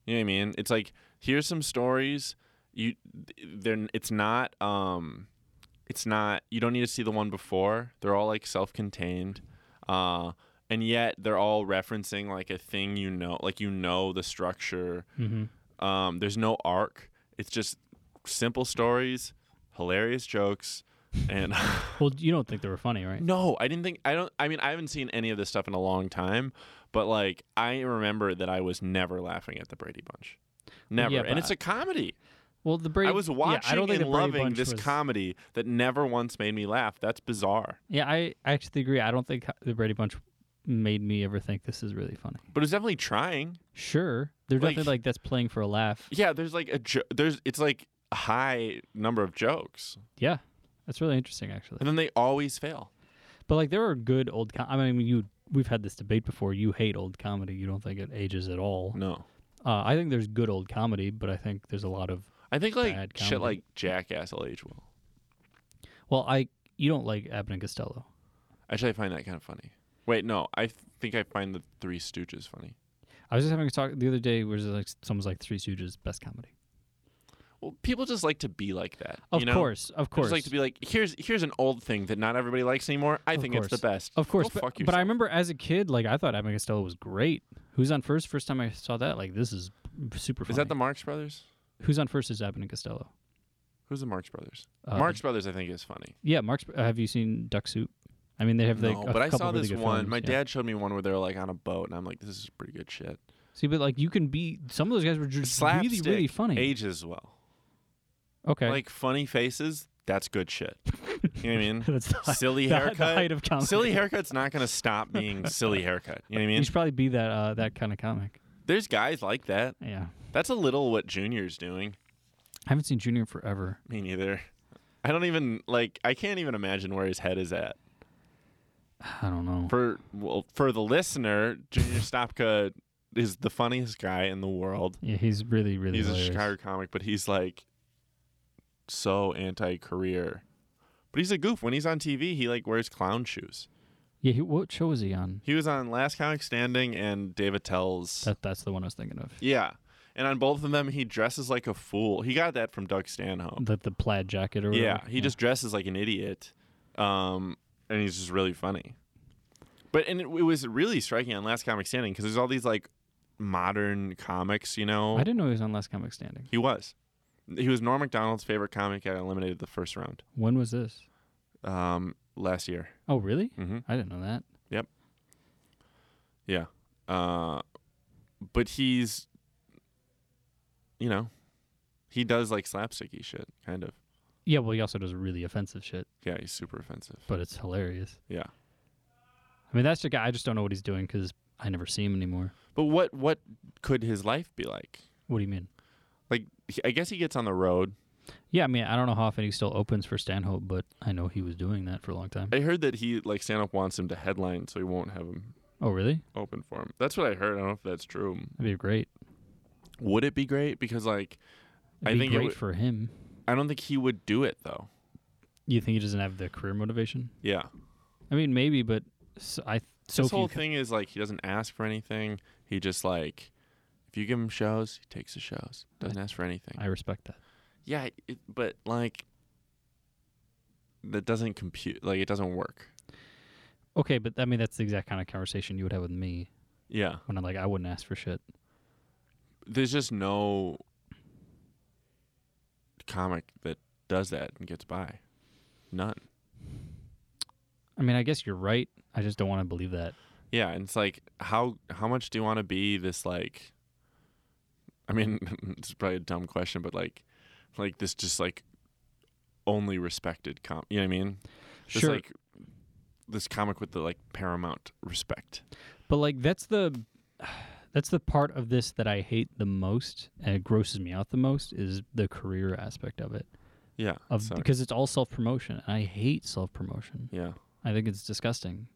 A: You know what I mean? It's like here's some stories. You they're it's not um it's not you don't need to see the one before. They're all like self-contained. Uh and yet they're all referencing like a thing you know, like you know the structure.
B: mm-hmm.
A: Um, there's no arc. It's just simple stories, hilarious jokes, and
B: Well, you don't think they were funny, right?
A: no, I didn't think I don't. I mean, I haven't seen any of this stuff in a long time, but like I remember that I was never laughing at the Brady Bunch, never.
B: yeah,
A: and
B: but
A: it's a comedy.
B: Well, the Brady.
A: I was
B: yeah,
A: watching
B: I don't think
A: and
B: the Brady
A: loving
B: Bunch
A: this
B: was-
A: comedy that never once made me laugh. That's bizarre.
B: Yeah, I I actually agree. I don't think the Brady Bunch made me ever think this is really funny.
A: But it's definitely trying.
B: Sure, they're
A: Like-
B: definitely like that's playing for a laugh.
A: Yeah, there's like a jo- there's it's like a high number of jokes,
B: Yeah, that's really interesting actually.
A: and then they always fail.
B: But like there are good old. Com- I mean, you we've had this debate before. You hate old comedy. You don't think it ages at all.
A: No,
B: Uh, I think there's good old comedy, but I think there's a lot of
A: I think
B: Bad
A: like
B: comedy.
A: shit like Jackass will age well.
B: well, I you don't like Abbott and Costello.
A: Actually, I find that kind of funny. Wait, no, I th- think I find the Three Stooges funny.
B: I was just having a talk the other day where like someone's like Three Stooges best comedy.
A: Well, people just like to be like that.
B: Of
A: you know?
B: course, of
A: They
B: course.
A: just like to be like here's here's an old thing that not everybody likes anymore. I
B: Of
A: think it's
B: course.
A: the best.
B: Of course,
A: Go
B: but,
A: fuck
B: but I
A: yourself.
B: remember as a kid, like I thought Abbott and Costello was great. Who's on first? First time I saw that, like this is super. Funny.
A: Is that the Marx Brothers?
B: Who's on first is Abbott and Costello.
A: Who's the Marx Brothers?
B: Uh,
A: Marx Brothers, I think, is funny.
B: Yeah, Mark's. Uh, have you seen Duck Soup? I mean, they have like.
A: no,
B: a
A: but I
B: couple
A: saw
B: really
A: this
B: good
A: one.
B: films,
A: My
B: yeah.
A: dad showed me one where they're like on a boat, and I'm like, this is pretty good shit.
B: See, but like you can be. Some of those guys were just really,
A: Slapstick
B: really funny.
A: ages well.
B: okay,
A: Like funny faces, that's good shit. You know what I mean?
B: that's the, high-
A: silly
B: the, high- the
A: haircut.
B: height of comedy.
A: Silly haircut's not gonna stop being silly haircut. You know what I
B: You
A: mean?
B: should probably be that uh, that kind of comic.
A: There's guys like that.
B: Yeah,
A: That's a little what Junior's doing.
B: I haven't seen Junior in forever.
A: Me neither. I don't even like. I can't even imagine where his head is at.
B: I don't know.
A: For well, for the listener, Junior Stopka is the funniest guy in the world.
B: yeah, he's really, really.
A: He's
B: hilarious.
A: a Chicago comic, but he's like so anti-career. But he's a goof. When he's on TV, he like wears clown shoes.
B: Yeah, he, what show was he on?
A: He was on Last Comic Standing and Dave Attell's.
B: That that's the one I was thinking of.
A: yeah, and on both of them, he dresses like a fool. He got that from Doug Stanhope.
B: The the plaid jacket or
A: Yeah,
B: whatever.
A: he just dresses like an idiot, um, and he's just really funny. But and it, it was really striking on Last Comic Standing because there's all these like modern comics, you know.
B: I didn't know he was on Last Comic Standing.
A: He was, he was Norm Macdonald's favorite comic. Got eliminated the first round
B: When was this?
A: um, last year.
B: Oh, really?
A: Mm-hmm.
B: I didn't know that.
A: Yeah, uh, but he's, you know, he does like slapsticky shit, kind of.
B: Yeah, well, he also does really offensive shit,
A: Yeah, he's super offensive.
B: but it's hilarious.
A: Yeah.
B: I mean, that's the guy. I just don't know what he's doing because I never see him anymore.
A: But what what could his life be like?
B: What do you mean?
A: Like, he- I guess he gets on the road.
B: Yeah, I mean, I don't know how often he still opens for Stanhope, but I know he was doing that for a long time.
A: I heard that he like stand up wants him to headline, so he won't have him
B: Oh, really?
A: open for him. That's what I heard. I don't know if that's true.
B: That'd be great.
A: Would it be great? Because like,
B: It'd
A: I
B: be
A: think it
B: great
A: would-
B: for him.
A: I don't think he would do it though.
B: You think he doesn't have the career motivation?
A: Yeah.
B: I mean, maybe, but s I so
A: this
B: few
A: whole
B: co-
A: thing is like he doesn't ask for anything. He just like if you give him shows, he takes the shows. Doesn't ask for anything.
B: I respect that.
A: yeah, it, but like that doesn't compute. Like it doesn't work.
B: Okay, but I mean, that's the exact kind of conversation you would have with me
A: Yeah.
B: when I'm like, I wouldn't ask for shit.
A: There's just no comic that does that and gets by. None.
B: I mean, I guess you're right. I just don't want to believe that.
A: Yeah, and it's like how how much do you want to be this like I mean, it's probably a dumb question, but like like this just like only respected com you know what I mean? Just
B: sure,
A: like this comic with the like paramount respect.
B: but like that's the that's the part of this that I hate the most and it grosses me out the most is the career aspect of it.
A: Yeah.
B: Of
A: so-
B: because it's all self promotion and I hate self promotion.
A: yeah.
B: I think it's disgusting.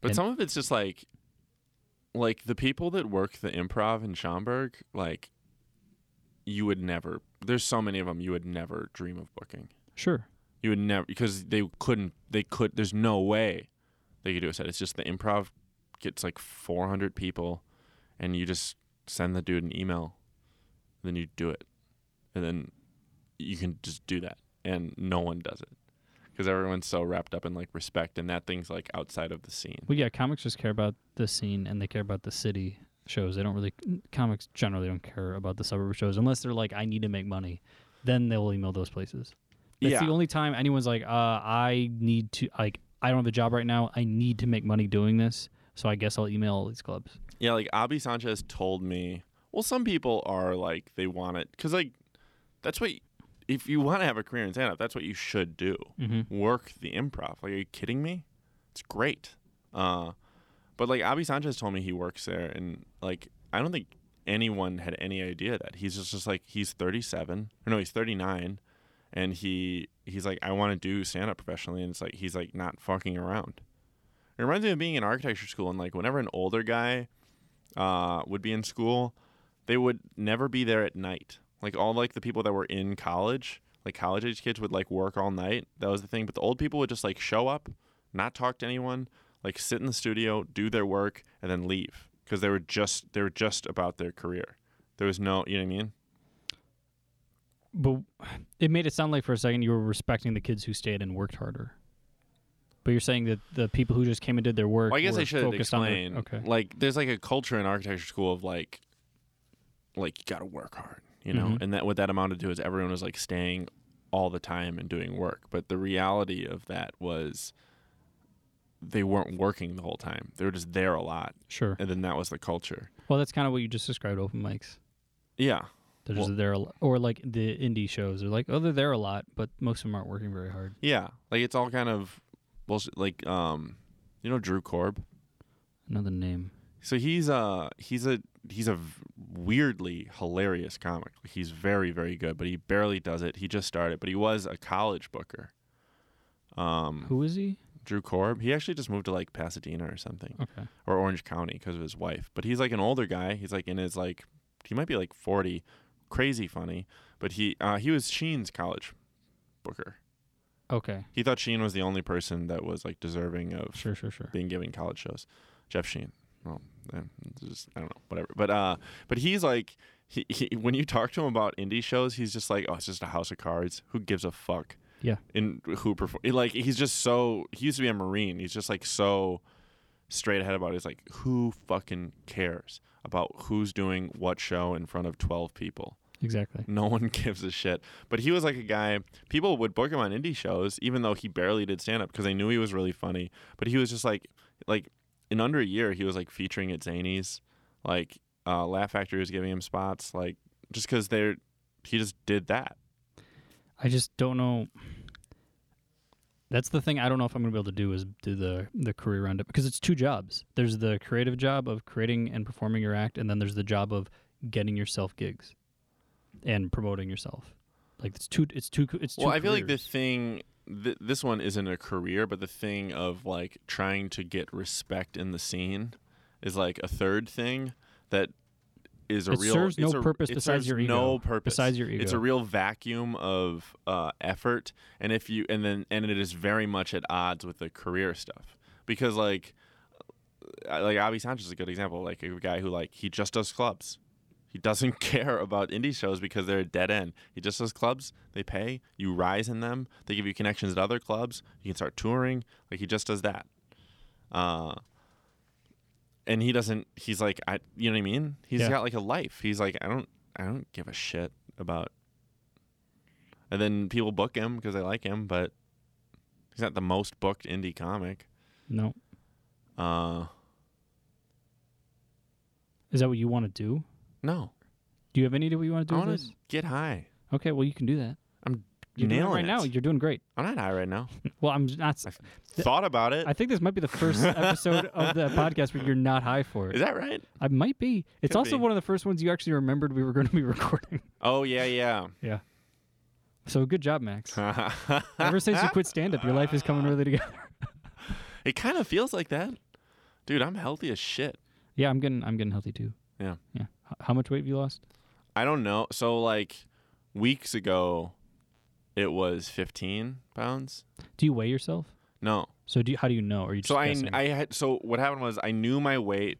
A: But
B: And-
A: some of it's just like, like the people that work the improv in Schaumburg, like, you would never. There's so many of them you would never dream of booking.
B: Sure.
A: You would never because they couldn't. They could. There's no way they could do a set. It's just the improv gets like 400 people, and you just send the dude an email, then you do it, and then you can just do that, and no one does it because everyone's so wrapped up in like respect, and that thing's like outside of the scene.
B: Well, yeah, comics just care about the scene and they care about the city shows. They don't really comics generally don't care about the suburb shows unless they're like I need to make money. Then they'll email those places. That's
A: Yeah.
B: the only time anyone's like, uh, I need to like I don't have a job right now. I need to make money doing this. So I guess I'll email all these clubs.
A: Yeah, like Abby Sanchez told me. Well, some people are like they want it because like that's what if you want to have a career in stand up, that's what you should do.
B: Mm-hmm.
A: Work the improv. Like, are you kidding me? It's great. Uh, but like Abby Sanchez told me he works there, and like I don't think anyone had any idea that he's just just like he's 37 or no, he's 39, and he he's like I want to do stand up professionally, and it's like he's like not fucking around. It reminds me of being in architecture school, and like whenever an older guy uh, would be in school, they would never be there at night. Like all like the people that were in college, like college age kids would like work all night. That was the thing. But the old people would just like show up, not talk to anyone, like sit in the studio, do their work, and then leave because they were just they were just about their career. There was no, you know what I mean?
B: But it made it sound like for a second you were respecting the kids who stayed and worked harder. But you're saying that the people who just came and did their work.
A: Well, I guess
B: were
A: I should
B: focused on their-
A: explain.
B: okay.
A: Like there's like a culture in architecture school of like like you gotta work hard, you know?
B: Mhm.
A: And that what that amounted to is everyone was like staying all the time and doing work. But the reality of that was they weren't working the whole time. They were just there a lot.
B: Sure.
A: And then that was the culture.
B: Well, that's kind of what you just described. Open mics.
A: Yeah.
B: They're just there, a lo- or like the indie shows. They're like, oh, they're there a lot, but most of them aren't working very hard.
A: Yeah. Like it's all kind of bullshit like um you know Drew Korb?
B: Another name.
A: So he's uh he's a he's a v- weirdly hilarious comic. Like, He's very very good, but he barely does it. He just started, but he was a college booker. Um,
B: Who is he?
A: Drew Korb. He actually just moved to like Pasadena or something,
B: Okay.
A: or Orange County because of his wife. But he's like an older guy. He's like in his like he might be like forty, crazy funny. But he uh, he was Sheen's college booker.
B: Okay.
A: He thought Sheen was the only person that was like deserving of
B: Sure. Sure. Sure.
A: being given college shows. Jeff Sheen. Well, eh, it's just I don't know, whatever. But uh, but he's like, he, he when you talk to him about indie shows, he's just like, oh, it's just a house of cards. Who gives a fuck?
B: Yeah.
A: And who perform? Like he's just so. He used to be a marine. He's just like so straight ahead about it. He's like, who fucking cares about who's doing what show in front of twelve people?
B: Exactly.
A: No one gives a shit. But he was like a guy, people would book him on indie shows, even though he barely did stand up because they knew he was really funny. But he was just like, like in under a year, he was like featuring at Zanies. Like, uh, Laugh Factory was giving him spots. Like, just because they're, he just did that.
B: I just don't know. That's the thing I don't know if I'm going to be able to do is do the the career roundup because it's two jobs. There's the creative job of creating and performing your act, and then there's the job of getting yourself gigs and promoting yourself. Like it's two. It's two. It's two
A: well, I feel like the
B: careers.
A: thing, th- this one isn't a career, but the thing of like trying to get respect in the scene is like a third thing that is a
B: It
A: real.
B: serves no
A: it's a-
B: purpose
A: it
B: besides
A: serves
B: your ego.
A: No purpose
B: besides your ego.
A: It's a real vacuum of uh, effort, and if you and then and it is very much at odds with the career stuff because like I- like Avi Sanchez is a good example, like a guy who like he just does clubs. He doesn't care about indie shows because they're a dead end. He just does clubs. They pay. You rise in them. They give you connections at other clubs. You can start touring. Like he just does that. Uh, and he doesn't. He's like, I. You know what I mean? He's
B: Yeah.
A: got like a life. He's like, I don't. I don't give a shit about. And then people book him because they like him, but he's not the most booked indie comic.
B: no.
A: Uh,
B: Is that what you want to do?
A: no,
B: Do you have any idea what you want to
A: I
B: do? with
A: want
B: this?
A: to get high.
B: Okay, well you can do that.
A: I'm
B: You're doing it
A: nailing
B: right now.
A: it.
B: You're doing great.
A: I'm not high right now.
B: Well, I'm not. s- Th-
A: Thought about it. Is
B: I think this might be the first episode of the podcast where you're not high for it.
A: that right?
B: I might be. It's
A: Could
B: also
A: be.
B: one of the first ones you actually remembered we were going to be recording.
A: Oh yeah, yeah.
B: So good job, Max. Ever since you quit stand up, your life is coming really together.
A: it kind of feels like that, dude. I'm healthy as shit.
B: yeah, I'm getting I'm getting healthy too.
A: Yeah.
B: Yeah. H- how much weight have you lost?
A: I don't know. So like weeks ago, it was 15 pounds.
B: Do you weigh yourself?
A: No.
B: So do you, how do you know? Are you just
A: So I,
B: guessing?
A: I had so what happened was I knew my weight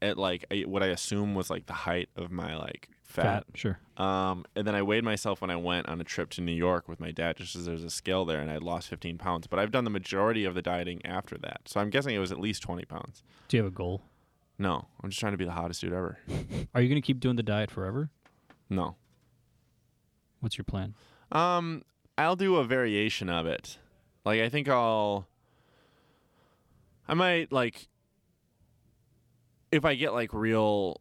A: at like I- what I assume was like the height of my like fat.
B: Sure.
A: Um, and then I weighed myself when I went on a trip to New York with my dad, just as there's a scale there, and I lost 15 pounds. But I've done the majority of the dieting after that, so I'm guessing it was at least 20 pounds.
B: Do you have a goal?
A: No, I'm just trying to be the hottest dude ever.
B: Are you going to keep doing the diet forever?
A: No.
B: What's your plan?
A: Um, I'll do a variation of it. Like I think I'll I might like if I get like real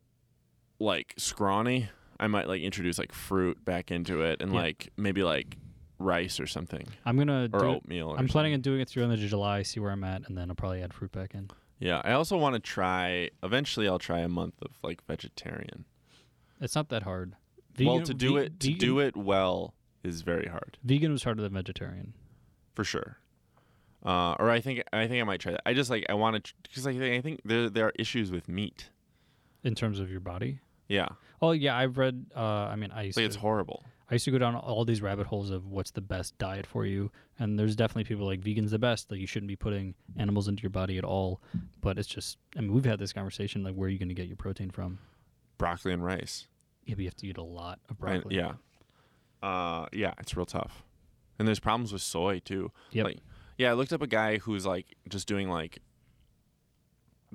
A: like scrawny, I might like introduce like fruit back into it and
B: Yeah.
A: like maybe like rice or something
B: I'm gonna.
A: or
B: do it-
A: oatmeal. Or
B: I'm
A: something.
B: planning on doing it through end of July. See where I'm at, and then I'll probably add fruit back in.
A: Yeah, I also want to try. Eventually, I'll try a month of like vegetarian.
B: It's not that hard.
A: well, to do it to do it well is very hard
B: Vegan was harder than vegetarian.
A: for sure. Uh, or I think I think I might try that. I just like I want to because I think I think there there are issues with meat.
B: in terms of your body.
A: Yeah,
B: Oh yeah, I've read. Uh, I mean, I
A: it's
B: used
A: like
B: to,
A: it's horrible.
B: I used to go down all these rabbit holes of what's the best diet for you, and there's definitely people like vegans the best. Like you shouldn't be putting animals into your body at all. But it's just, I mean, we've had this conversation like where are you going to get your protein from?
A: Broccoli and rice.
B: Yeah, but you have to eat a lot of
A: Right,
B: broccoli.
A: yeah. Uh, yeah, it's real tough. And there's problems with soy too.
B: Yep.
A: Like, yeah, I looked up a guy who's like just doing like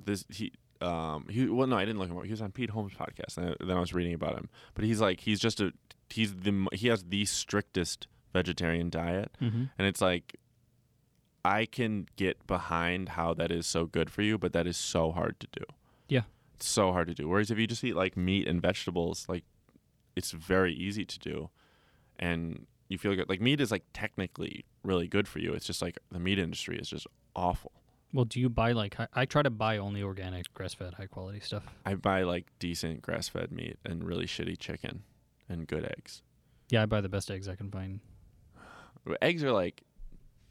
A: this. He, um, he. Well, no, I didn't look him up. He was on Pete Holmes' podcast, and I- then I was reading about him. But he's like, he's just a, he's the, m- he has the strictest vegetarian diet,
B: Mm-hmm.
A: and it's like, I can get behind how that is so good for you, but that is so hard to do.
B: Yeah.
A: It's so hard to do. Whereas if you just eat like meat and vegetables, like it's very easy to do and you feel good. Like meat is like technically really good for you. It's just like the meat industry is just awful.
B: Well, do you buy like hi- I try to buy only organic, grass-fed, high-quality stuff.
A: I buy like decent grass fed meat and really shitty chicken and good eggs.
B: Yeah, I buy the best eggs I can find.
A: Eggs are like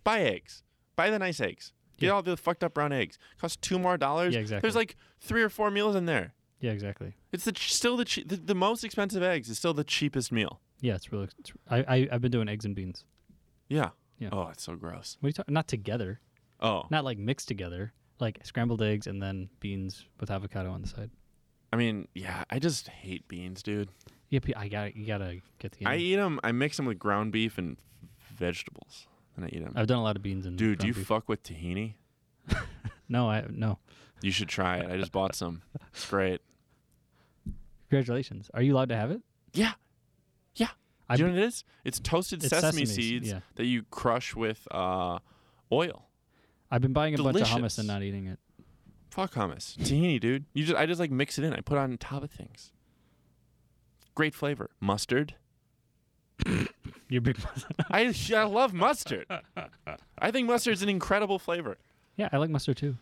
A: buy eggs. Buy the nice eggs. Get
B: Yeah.
A: all the fucked up brown eggs. Cost two more dollars.
B: Yeah, exactly.
A: There's like three or four meals in there.
B: Yeah, exactly.
A: It's the ch- still the, che- the the most expensive eggs is still the cheapest meal.
B: Yeah, it's really. It's, I, I I've been doing eggs and beans.
A: Yeah.
B: Yeah.
A: Oh, it's so gross.
B: What are you talking? Not together.
A: Oh,
B: not like mixed together, like scrambled eggs and then beans with avocado on the side.
A: I mean, yeah, I just hate beans, dude.
B: Yep, I got you gotta get the.
A: I eat them. I mix them with ground beef and f- vegetables, and I eat them.
B: I've done a lot of beans and
A: Dude, do
B: Uh, ground
A: you
B: beef.
A: fuck with tahini?
B: no, I no.
A: You should try it. I just bought some. It's great.
B: Congratulations. Are you allowed to have it?
A: Yeah. Yeah.
B: I
A: do you know what it is? It's toasted
B: It's
A: sesame,
B: sesame seeds,
A: seeds
B: yeah.
A: that you crush with uh, oil.
B: I've been buying a bunch of hummus
A: Delicious.
B: and not eating it.
A: Fuck hummus, tahini, dude. You just I just like mix it in. I put it on top of things. Great flavor. Mustard.
B: You're big.
A: I I love mustard. I think mustard's an incredible flavor.
B: yeah, I like mustard too.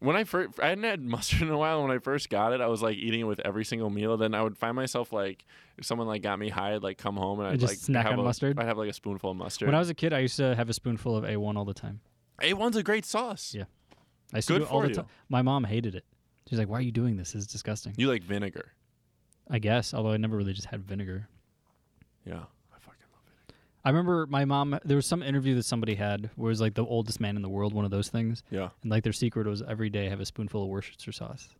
A: when I first, I hadn't had mustard in a while. and When I first got it, I was like eating it with every single meal. Then I would find myself like, if someone like got me high, I'd like come home and I'd
B: just
A: like
B: snack
A: have
B: on
A: a-
B: mustard?
A: I'd have like a spoonful of mustard.
B: When I was a kid, I used to have a spoonful of A1 all the time.
A: A1's a great sauce.
B: Yeah. I used to
A: Good
B: do it all
A: for
B: the
A: you.
B: time. My mom hated it. She's like, "Why are you doing this? This is disgusting."
A: You like vinegar.
B: I guess, although I never really just had vinegar.
A: Yeah. I fucking love it.
B: I remember my mom. There was some interview that somebody had where it was like the oldest man in the world, one of those things.
A: Yeah.
B: And like their secret was every day have a spoonful of Worcestershire sauce.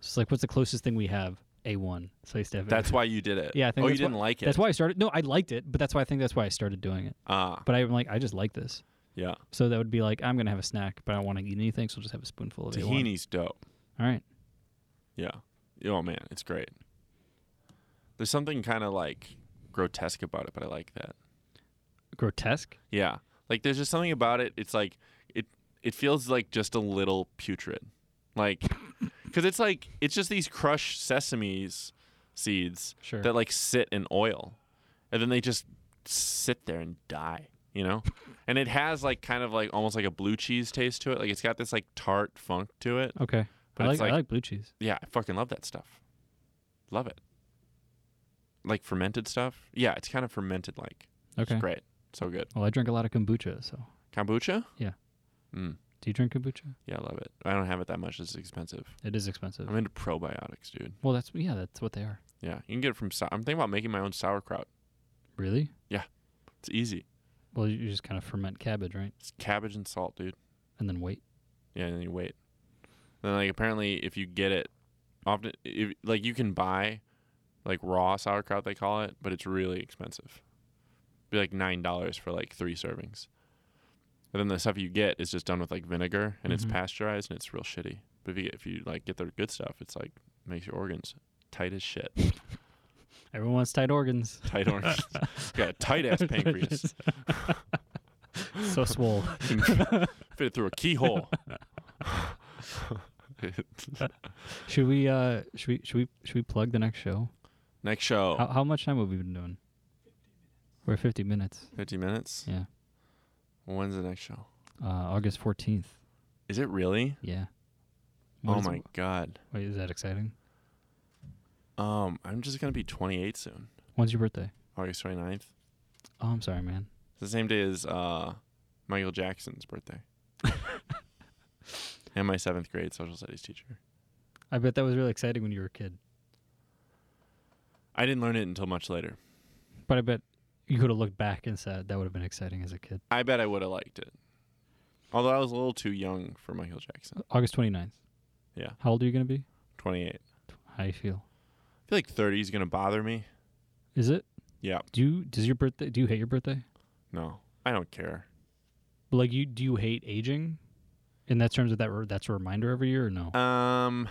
B: It's like what's the closest thing we have? A one. So I used to have it.
A: That's why you did it.
B: Yeah, I think
A: oh, you
B: that's why-
A: didn't like it.
B: That's why I started. No, I liked it, but that's why I think that's why I started doing it.
A: Ah,
B: But I'm like, I just like this.
A: yeah.
B: So that would be like, I'm gonna have a snack, but I don't want to eat anything, so I'll just have a spoonful of A1.
A: Tahini's dope.
B: All right.
A: Yeah. Oh man, it's great. There's something kind of like grotesque about it, but I like that.
B: Grotesque.
A: Yeah. Like there's just something about it. It's like it it feels like just a little putrid. Like cuz it's like it's just these crushed sesame seeds
B: Sure.
A: that like sit in oil and then they just sit there and die, you know? and it has like kind of like almost like a blue cheese taste to it. Like it's got this like tart funk to it.
B: okay. But I
A: That's
B: like, I
A: like-
B: like blue cheese.
A: Yeah, I fucking love that stuff. Love it. Like fermented stuff? Yeah, it's kind of fermented like.
B: Okay.
A: It's great. So good.
B: Well, I drink a lot of kombucha. So
A: Kombucha?
B: Yeah.
A: Mm.
B: do you drink kombucha?
A: Yeah, I love it. I don't have it that much. It's expensive.
B: It is expensive.
A: I'm into probiotics, dude.
B: well, that's yeah, that's what they are.
A: Yeah, you can get it from. Sau- I'm thinking about making my own sauerkraut.
B: Really?
A: It's easy.
B: Well, you just kind of ferment cabbage, right?
A: It's cabbage and salt, dude.
B: And then wait.
A: Yeah, and then you wait. Then like apparently, if you get it, often if, like you can buy like raw sauerkraut they call it, but it's really expensive. Be like nine dollars for like three servings. And then the stuff you get is just done with like vinegar and it's
B: Mhm.
A: pasteurized and it's real shitty. But if you get, if you like get the good stuff, it's like makes your organs tight as shit.
B: Everyone wants tight organs.
A: tight orange. got a tight ass pancreas.
B: so swole.
A: Can fit it through a keyhole.
B: Should we? Uh, should we? Should we? Should we plug the next show?
A: Next show,
B: How, how much time have we been doing? We're at 50 minutes.
A: fifty minutes.
B: Yeah.
A: When's the next show?
B: Uh, August 14th.
A: Is it really?
B: Yeah.
A: oh
B: What is-
A: my god.
B: Wait, is that exciting?
A: Um, I'm just gonna be 28 soon.
B: When's your birthday?
A: August 29th. It's
B: Oh, I'm sorry, man.
A: the same day as uh, Michael Jackson's birthday. and my seventh grade social studies teacher.
B: I bet that was really exciting when you were a kid.
A: I didn't learn it until much later.
B: But I bet you could have looked back and said that would have been exciting as a kid.
A: I bet I would have liked it. Although I was a little too young for Michael Jackson.
B: August 29th.
A: Yeah.
B: How old are you going to be?
A: 28.
B: How you feel?
A: I feel like 30 is going to bother me.
B: Is it?
A: Yeah.
B: Do you, does your birthday, do you hate your birthday?
A: No, I don't care.
B: Like you, do you hate aging? In that terms of that, re- that's a reminder every year or no?
A: Um,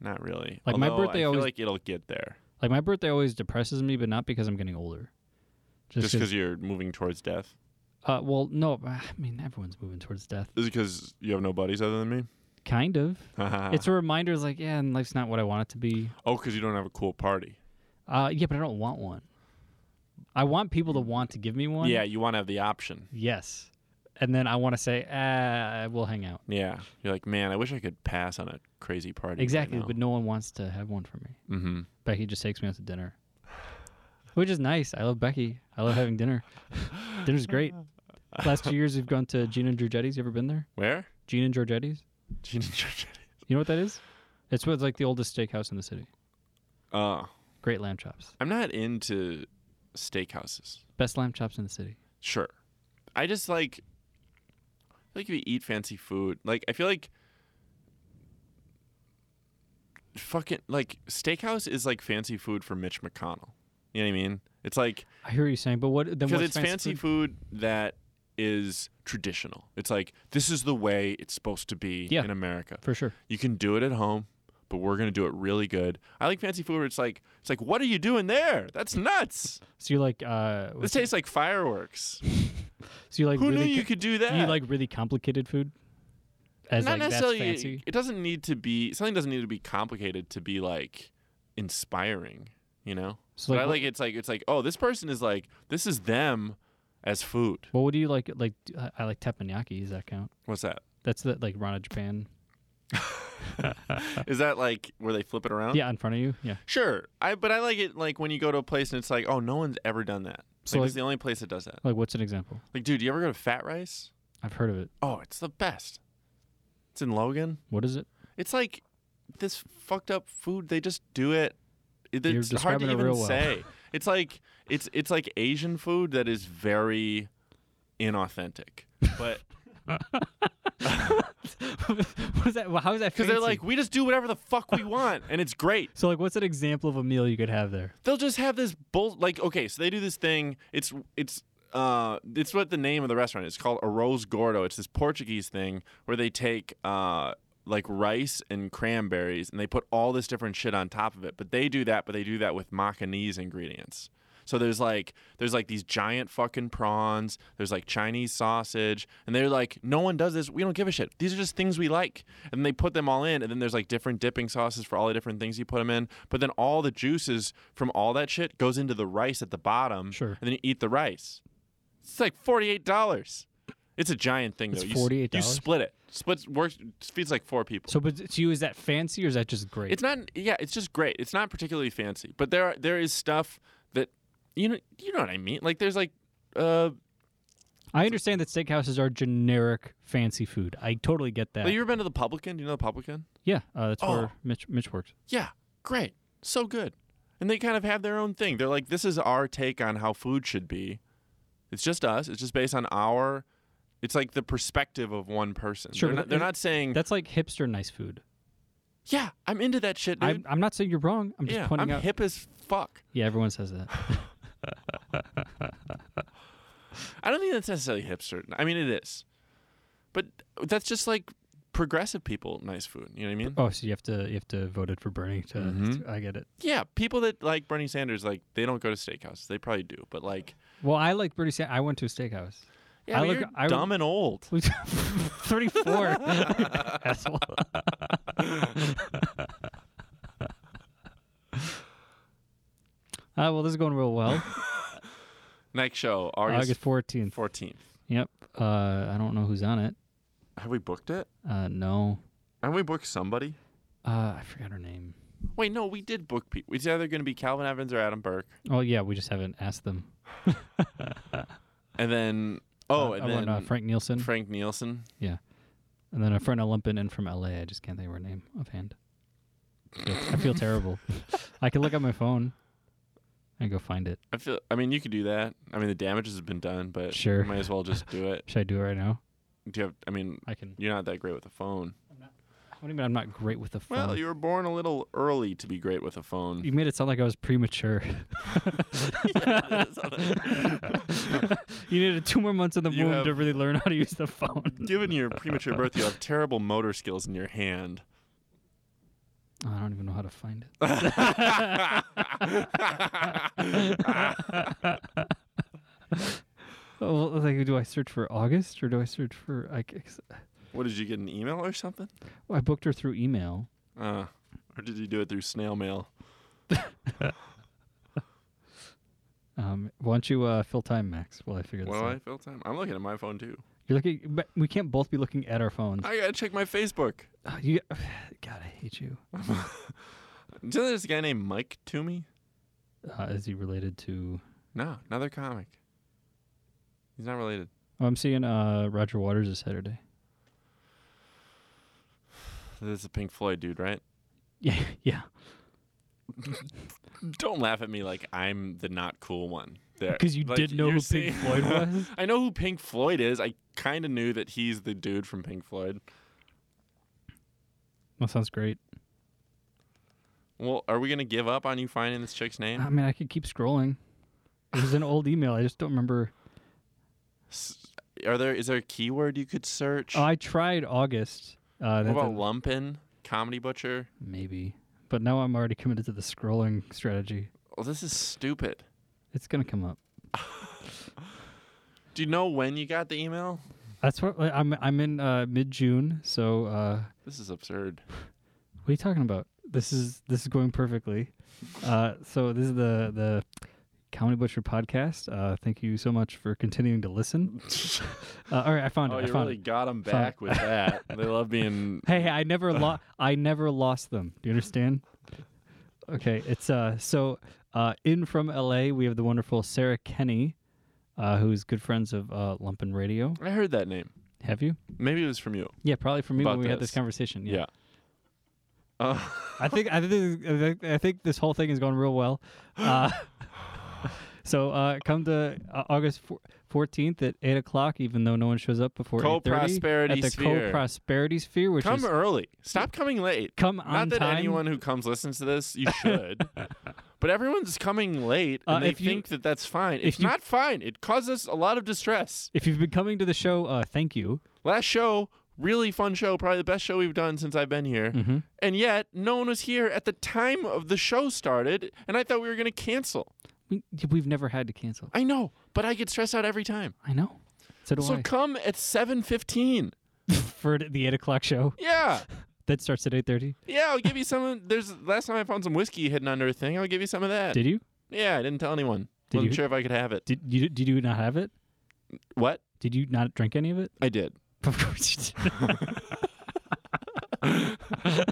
A: not really.
B: Like, my
A: Although
B: birthday
A: I feel
B: always-
A: like it'll get there.
B: Like my birthday always depresses me, but not because I'm getting older.
A: Just
B: because
A: because you're moving towards death.
B: Uh, well, no, I mean everyone's moving towards death,
A: Is it because you have no buddies other than me?
B: kind of.
A: it's
B: It's a reminder. It's like, yeah, and life's not what I want it to be.
A: oh, because you don't have a cool party.
B: Uh, yeah, but I don't want one. I want people to want to give me one.
A: Yeah, you want to have the option.
B: Yes, and then I want to say, ah, we'll hang out.
A: Yeah, you're like, man, I wish I could pass on a crazy party.
B: Exactly, but no one wants to have one for me.
A: mm-hmm.
B: Becky just takes me out to dinner, which is nice. I love Becky. I love having dinner. Dinner's great. Last two years we've gone to Gene and Giorgetti's. You ever been there?
A: Where?
B: Gene and Giorgetti's.
A: Gene and Georgette.
B: You know what that is? It's what's like the oldest steakhouse in the city.
A: Uh,
B: Great lamb chops.
A: I'm not into steakhouses.
B: Best lamb chops in the city.
A: Sure, I just like, I like if you eat fancy food. Like I feel like, fucking like steakhouse is like fancy food for Mitch McConnell. You know what I mean? It's like
B: I hear what you're saying, but what then?
A: because it's
B: what's
A: fancy food? that is traditional. It's like this is the way it's supposed to be
B: Yeah.
A: in America.
B: for sure.
A: You can do it at home, but we're gonna do it really good. I like fancy food. Where it's like it's like what are you doing there? That's nuts.
B: So you like uh,
A: This
B: what's-
A: tastes like fireworks.
B: so you like
A: Who
B: really
A: knew you
B: co-
A: could do that?
B: you like really complicated food. As
A: Not
B: like
A: necessarily.
B: that's fancy.
A: It doesn't need to be something. Doesn't need to be complicated to be like inspiring. You know.
B: So
A: but I
B: like,
A: like it's like it's like oh this person is like this is them as food.
B: what, what do you like? Like I- I like teppanyaki. Does that count?
A: What's that?
B: That's the like Rana Japan.
A: Is that like where they flip it around?
B: Yeah, in front of you. Yeah.
A: Sure. I but I like it like when you go to a place and it's like, oh, no one's ever done that.
B: So,
A: like,
B: like-
A: it's the only place that does that.
B: Like what's an example?
A: Like, dude, you ever go to Fat Rice?
B: I've heard of it.
A: Oh, it's the best. It's in Logan.
B: What is it?
A: It's like this fucked up food. They just do it. It-
B: You're
A: It's hard to
B: describing it
A: even
B: real well.
A: say. It's like it's it's like Asian food that is very inauthentic. But
B: what is that? well, How is that?
A: because
B: Because
A: they're like, we just do whatever the fuck we want, and it's great.
B: So like, what's an example of a meal you could have there?
A: they'll just have this bull like okay so they do this thing it's it's uh it's what the name of the restaurant is called arroz gordo it's this portuguese thing where they take uh like rice and cranberries and they put all this different shit on top of it but they do that but they do that with macanese ingredients so there's like there's like these giant fucking prawns there's like chinese sausage and they're like no one does this we don't give a shit these are just things we like and they put them all in and then there's like different dipping sauces for all the different things you put them in but then all the juices from all that shit goes into the rice at the bottom
B: Sure.
A: and then you eat the rice it's like $48 it's a giant thing
B: It's
A: though You s- you
B: $48?
A: split it split works feeds like four people
B: So, but to you, is that fancy or is that just great?
A: it's not. Yeah, it's just great. It's not particularly fancy, but there are, there is stuff that you know you know what I mean. Like there's like uh,
B: I understand that steakhouses are generic fancy food. I totally get that.
A: have you ever been to the Publican? Do you know the Publican?
B: yeah, uh, that's
A: Oh.
B: where Mitch, Mitch works.
A: Yeah, great, so good. And they kind of have their own thing. They're like, this is our take on how food should be. It's just us. It's just based on our. It's like the perspective of one person.
B: Sure,
A: they're
B: but
A: not, they're
B: is-
A: not saying,
B: That's like hipster nice food.
A: yeah, I'm into that shit, dude.
B: I'm, I'm not saying you're wrong. I'm just
A: yeah,
B: pointing
A: I'm
B: out.
A: hip as fuck.
B: Yeah, everyone says that.
A: I don't think that's necessarily hipster. I mean, it is, but that's just like progressive people nice food. You know what I mean?
B: Oh, so you have to you have to vote it for Bernie to.
A: Mhm.
B: I get it.
A: Yeah, people that like Bernie Sanders, like they don't go to steakhouses. They probably do, but like,
B: Well, I like Bernie. Sa- I went to a steakhouse.
A: yeah,
B: I
A: but
B: look-
A: you're
B: I-
A: dumb and old.
B: Thirty-four. Asshole. Ah, well, this is going real well.
A: Next show,
B: August
A: August
B: fourteenth.
A: fourteenth.
B: Yep. Uh, I don't know who's on it.
A: Have we booked it?
B: Uh, no.
A: Have we booked somebody?
B: Uh, I forgot her name.
A: Wait, no, we did book people. It's either going to be Calvin Evans or Adam Burke,
B: Oh yeah, we just haven't asked them.
A: and then oh,
B: Uh,
A: and
B: I
A: then
B: want, uh, Frank Nielsen,
A: Frank Nielsen.
B: and then a friend Olympian in from LA. I just can't think of her name offhand. I feel- I feel terrible. I can look at my phone and go find it.
A: I feel. I mean, you could do that. I mean, the damages have been done, but
B: Sure.
A: you might as well just do it.
B: Should I do it right now?
A: Do you have? I mean,
B: I can.
A: you're not that great with a phone.
B: What do you mean? I'm not great with the phone.
A: Well, you were born a little early to be great with a phone.
B: You made it sound like I was premature. you needed two more months in the
A: You
B: womb
A: have-
B: to really learn how to use the phone.
A: Given your premature birth, you have terrible motor skills in your hand.
B: Oh, I don't even know how to find it. Oh, well, like, do I search for August or do I search for? I, guess-
A: What did you get an email or something?
B: well, I booked her through email.
A: Uh, or did you do it through snail mail?
B: Um, why don't you uh, fill time, Max? While I figure this
A: Well,
B: out.
A: I feel time. I'm looking at my phone too.
B: You're looking, but we can't both be looking at our phones.
A: I gotta check my Facebook.
B: Oh, you, God, I hate you.
A: Isn't there this guy named Mike Toomey?
B: Uh, is he related to?
A: No, another comic. He's not related.
B: Oh, I'm seeing uh, Roger Waters this Saturday.
A: This is a Pink Floyd dude, right?
B: Yeah, yeah.
A: Don't laugh at me like I'm the not cool one. There,
B: Because you
A: Like,
B: didn't know
A: you're
B: who
A: seeing-
B: Pink Floyd was.
A: I know who Pink Floyd is. I kind of knew that he's the dude from Pink Floyd.
B: That sounds great.
A: Well, are we gonna give up on you finding this chick's name?
B: I mean, I could keep scrolling. It was an old email. I just don't remember.
A: S- Are there is there a keyword you could search?
B: Oh, I tried August. Uh,
A: what
B: that's
A: about
B: a-
A: Lumpin, Comedy Butcher?
B: maybe, but now I'm already committed to the scrolling strategy.
A: Oh, this is stupid.
B: It's gonna come up.
A: Do you know when you got the email?
B: That's what like, I'm. I'm in uh, mid June, so uh,
A: This is absurd.
B: what are you talking about? This is this is going perfectly. Uh, so this is the the Comedy Butcher podcast. Uh, thank you so much for continuing to listen. Uh, all right, I found
A: Oh,
B: it. I
A: you
B: found
A: really
B: it.
A: got them
B: Found it.
A: back with that. they love being.
B: Hey, hey, I never lost. I never lost them. Do you understand? Okay, it's uh. So, uh, in from LA, we have the wonderful Sarah Kenny, uh, who's good friends of uh, Lumpin' Radio.
A: I heard that name.
B: Have you?
A: Maybe it was from you.
B: Yeah, probably from me when
A: About
B: we had this
A: this.
B: conversation.
A: Yeah. Uh,
B: I think I think I think- I think this whole thing is going real well. Uh, so uh, come to uh, August fourteenth at eight o'clock. Even though no one shows up before eight thirty
A: Co-Prosperity
B: at the
A: Sphere.
B: Co-Prosperity Sphere, which
A: come
B: is
A: early. Stop coming late.
B: come on
A: Not that
B: time.
A: anyone who comes listens to this, you should. but everyone's coming late, and
B: Uh,
A: they
B: if you-
A: think that that's fine. It's
B: you-
A: not fine. It causes a lot of distress.
B: if you've been coming to the show, uh, thank you.
A: Last show, really fun show, probably the best show we've done since I've been here.
B: Mhm.
A: And yet, no one was here at the time of the show started, and I thought we were going to cancel.
B: We, we've never had to cancel.
A: I know, but I get stressed out every time.
B: I know. So do
A: So
B: I.
A: come at 7:15.
B: For the eight o'clock show
A: Yeah.
B: that starts at eight thirty.
A: Yeah, I'll give you some of, there's last time I found some whiskey hidden under a thing. I'll give you some of that.
B: Did you?
A: yeah, I didn't tell anyone.
B: Did
A: Wasn't
B: you-
A: sure if I could have it.
B: Did you? Did you not have it?
A: What?
B: Did you not drink any of it?
A: I did.
B: Of course you did. I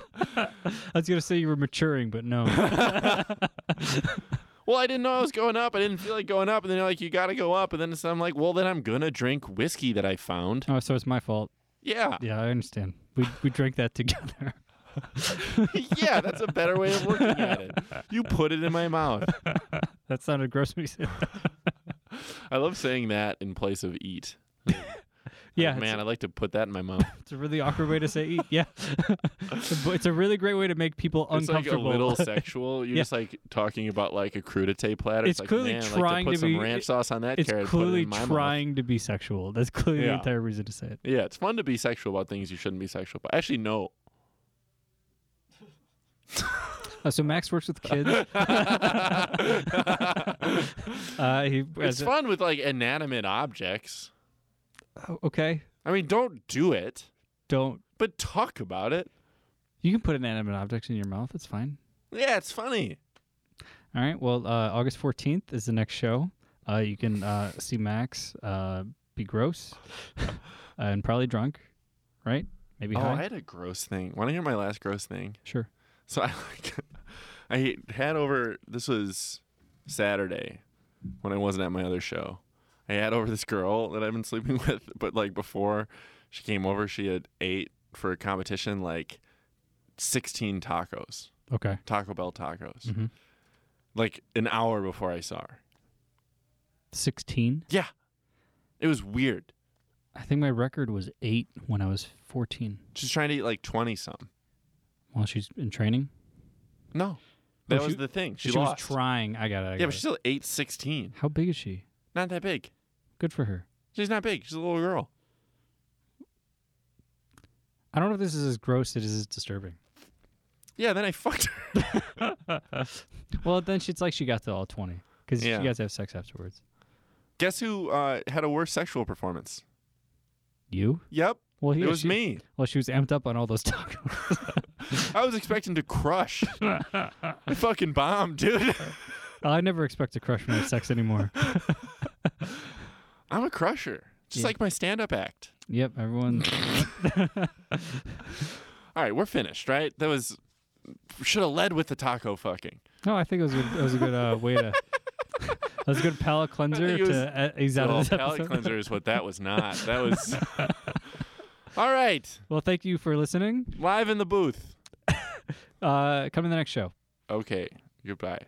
B: was gonna say you were maturing, but no.
A: Well, I didn't know I was going up. I didn't feel like going up, and then they're like, "You got to go up," and then it's, I'm like, "Well, then I'm gonna drink whiskey that I found."
B: oh, so it's my fault.
A: Yeah,
B: Yeah, I understand. We we drank that together.
A: yeah, that's a better way of looking at it. You put it in my mouth.
B: That
A: Oh,
B: sounded gross. when you said that.
A: I love saying that in place of eat.
B: Yeah,
A: Like,
B: it's-
A: man, I'd like to put that in my mouth.
B: It's a really awkward way to say eat. Yeah, but it's a really great way to make people
A: it's like a
B: uncomfortable.
A: little sexual. You're
B: Yeah.
A: just like talking about like a crudite platter.
B: It's
A: like,
B: clearly
A: man, I'd like to
B: trying
A: put
B: to
A: some
B: be-
A: ranch sauce on that
B: it's
A: carrot. and put it
B: clearly
A: in my mouth.
B: trying to be sexual. That's clearly
A: Yeah.
B: the entire reason to say it.
A: Yeah, it's fun to be sexual about things you shouldn't be sexual about. Actually, no.
B: Uh, so Max works with kids. uh, he
A: It's fun with like inanimate objects.
B: Oh, okay.
A: I mean, don't do it,
B: Don't
A: but talk about it.
B: you can put inanimate objects in your mouth. It's fine.
A: Yeah, it's funny.
B: All right. Well, uh, August fourteenth is the next show. Uh, you can uh, see Max uh, be gross and probably drunk, right? Maybe
A: Oh, I
B: high.
A: had a gross thing. Want to hear my last gross thing?
B: Sure.
A: So I I had over this was Saturday when I wasn't at my other show. I had over this girl that I've been sleeping with, but like before she came over, she had ate for a competition like 16 tacos,
B: Okay.
A: Taco Bell tacos,
B: Mhm.
A: like an hour before I saw her.
B: Sixteen.
A: Yeah. It was weird.
B: I think my record was eight when I was fourteen.
A: She's trying to eat like 20 something.
B: While she's in training,
A: No. That
B: Oh,
A: was
B: she-
A: the thing. She,
B: she
A: lost.
B: was trying. I got it. I
A: yeah,
B: got
A: but
B: it.
A: she still ate 16.
B: How big is she?
A: Not that big.
B: Good for her.
A: She's not big. She's a little girl.
B: I don't know if this is as gross as it is disturbing.
A: Yeah, then I fucked her.
B: well, then she's like she got to all twenty because
A: Yeah.
B: she got to have sex afterwards.
A: Guess who uh, had a worse sexual performance?
B: You?
A: Yep,
B: Well,
A: it
B: yeah,
A: was
B: she-
A: me.
B: Well, she was amped up on all those tacos.
A: I was expecting to crush. I fucking bombed, dude.
B: I never expect to crush my sex anymore.
A: I'm a crusher, just
B: Yeah.
A: like my stand-up act.
B: yep, everyone.
A: All right, we're finished, right? That was should have led with the taco fucking.
B: No, I think it was a good, it was a good uh, way to. That was a good palate cleanser
A: think
B: to
A: it was-
B: uh, ease out
A: oh,
B: of this
A: palate
B: episode.
A: cleanser is what that was not. That was. All right,
B: Well, thank you for listening.
A: live in the booth.
B: Uh, come to the next show.
A: Okay, goodbye.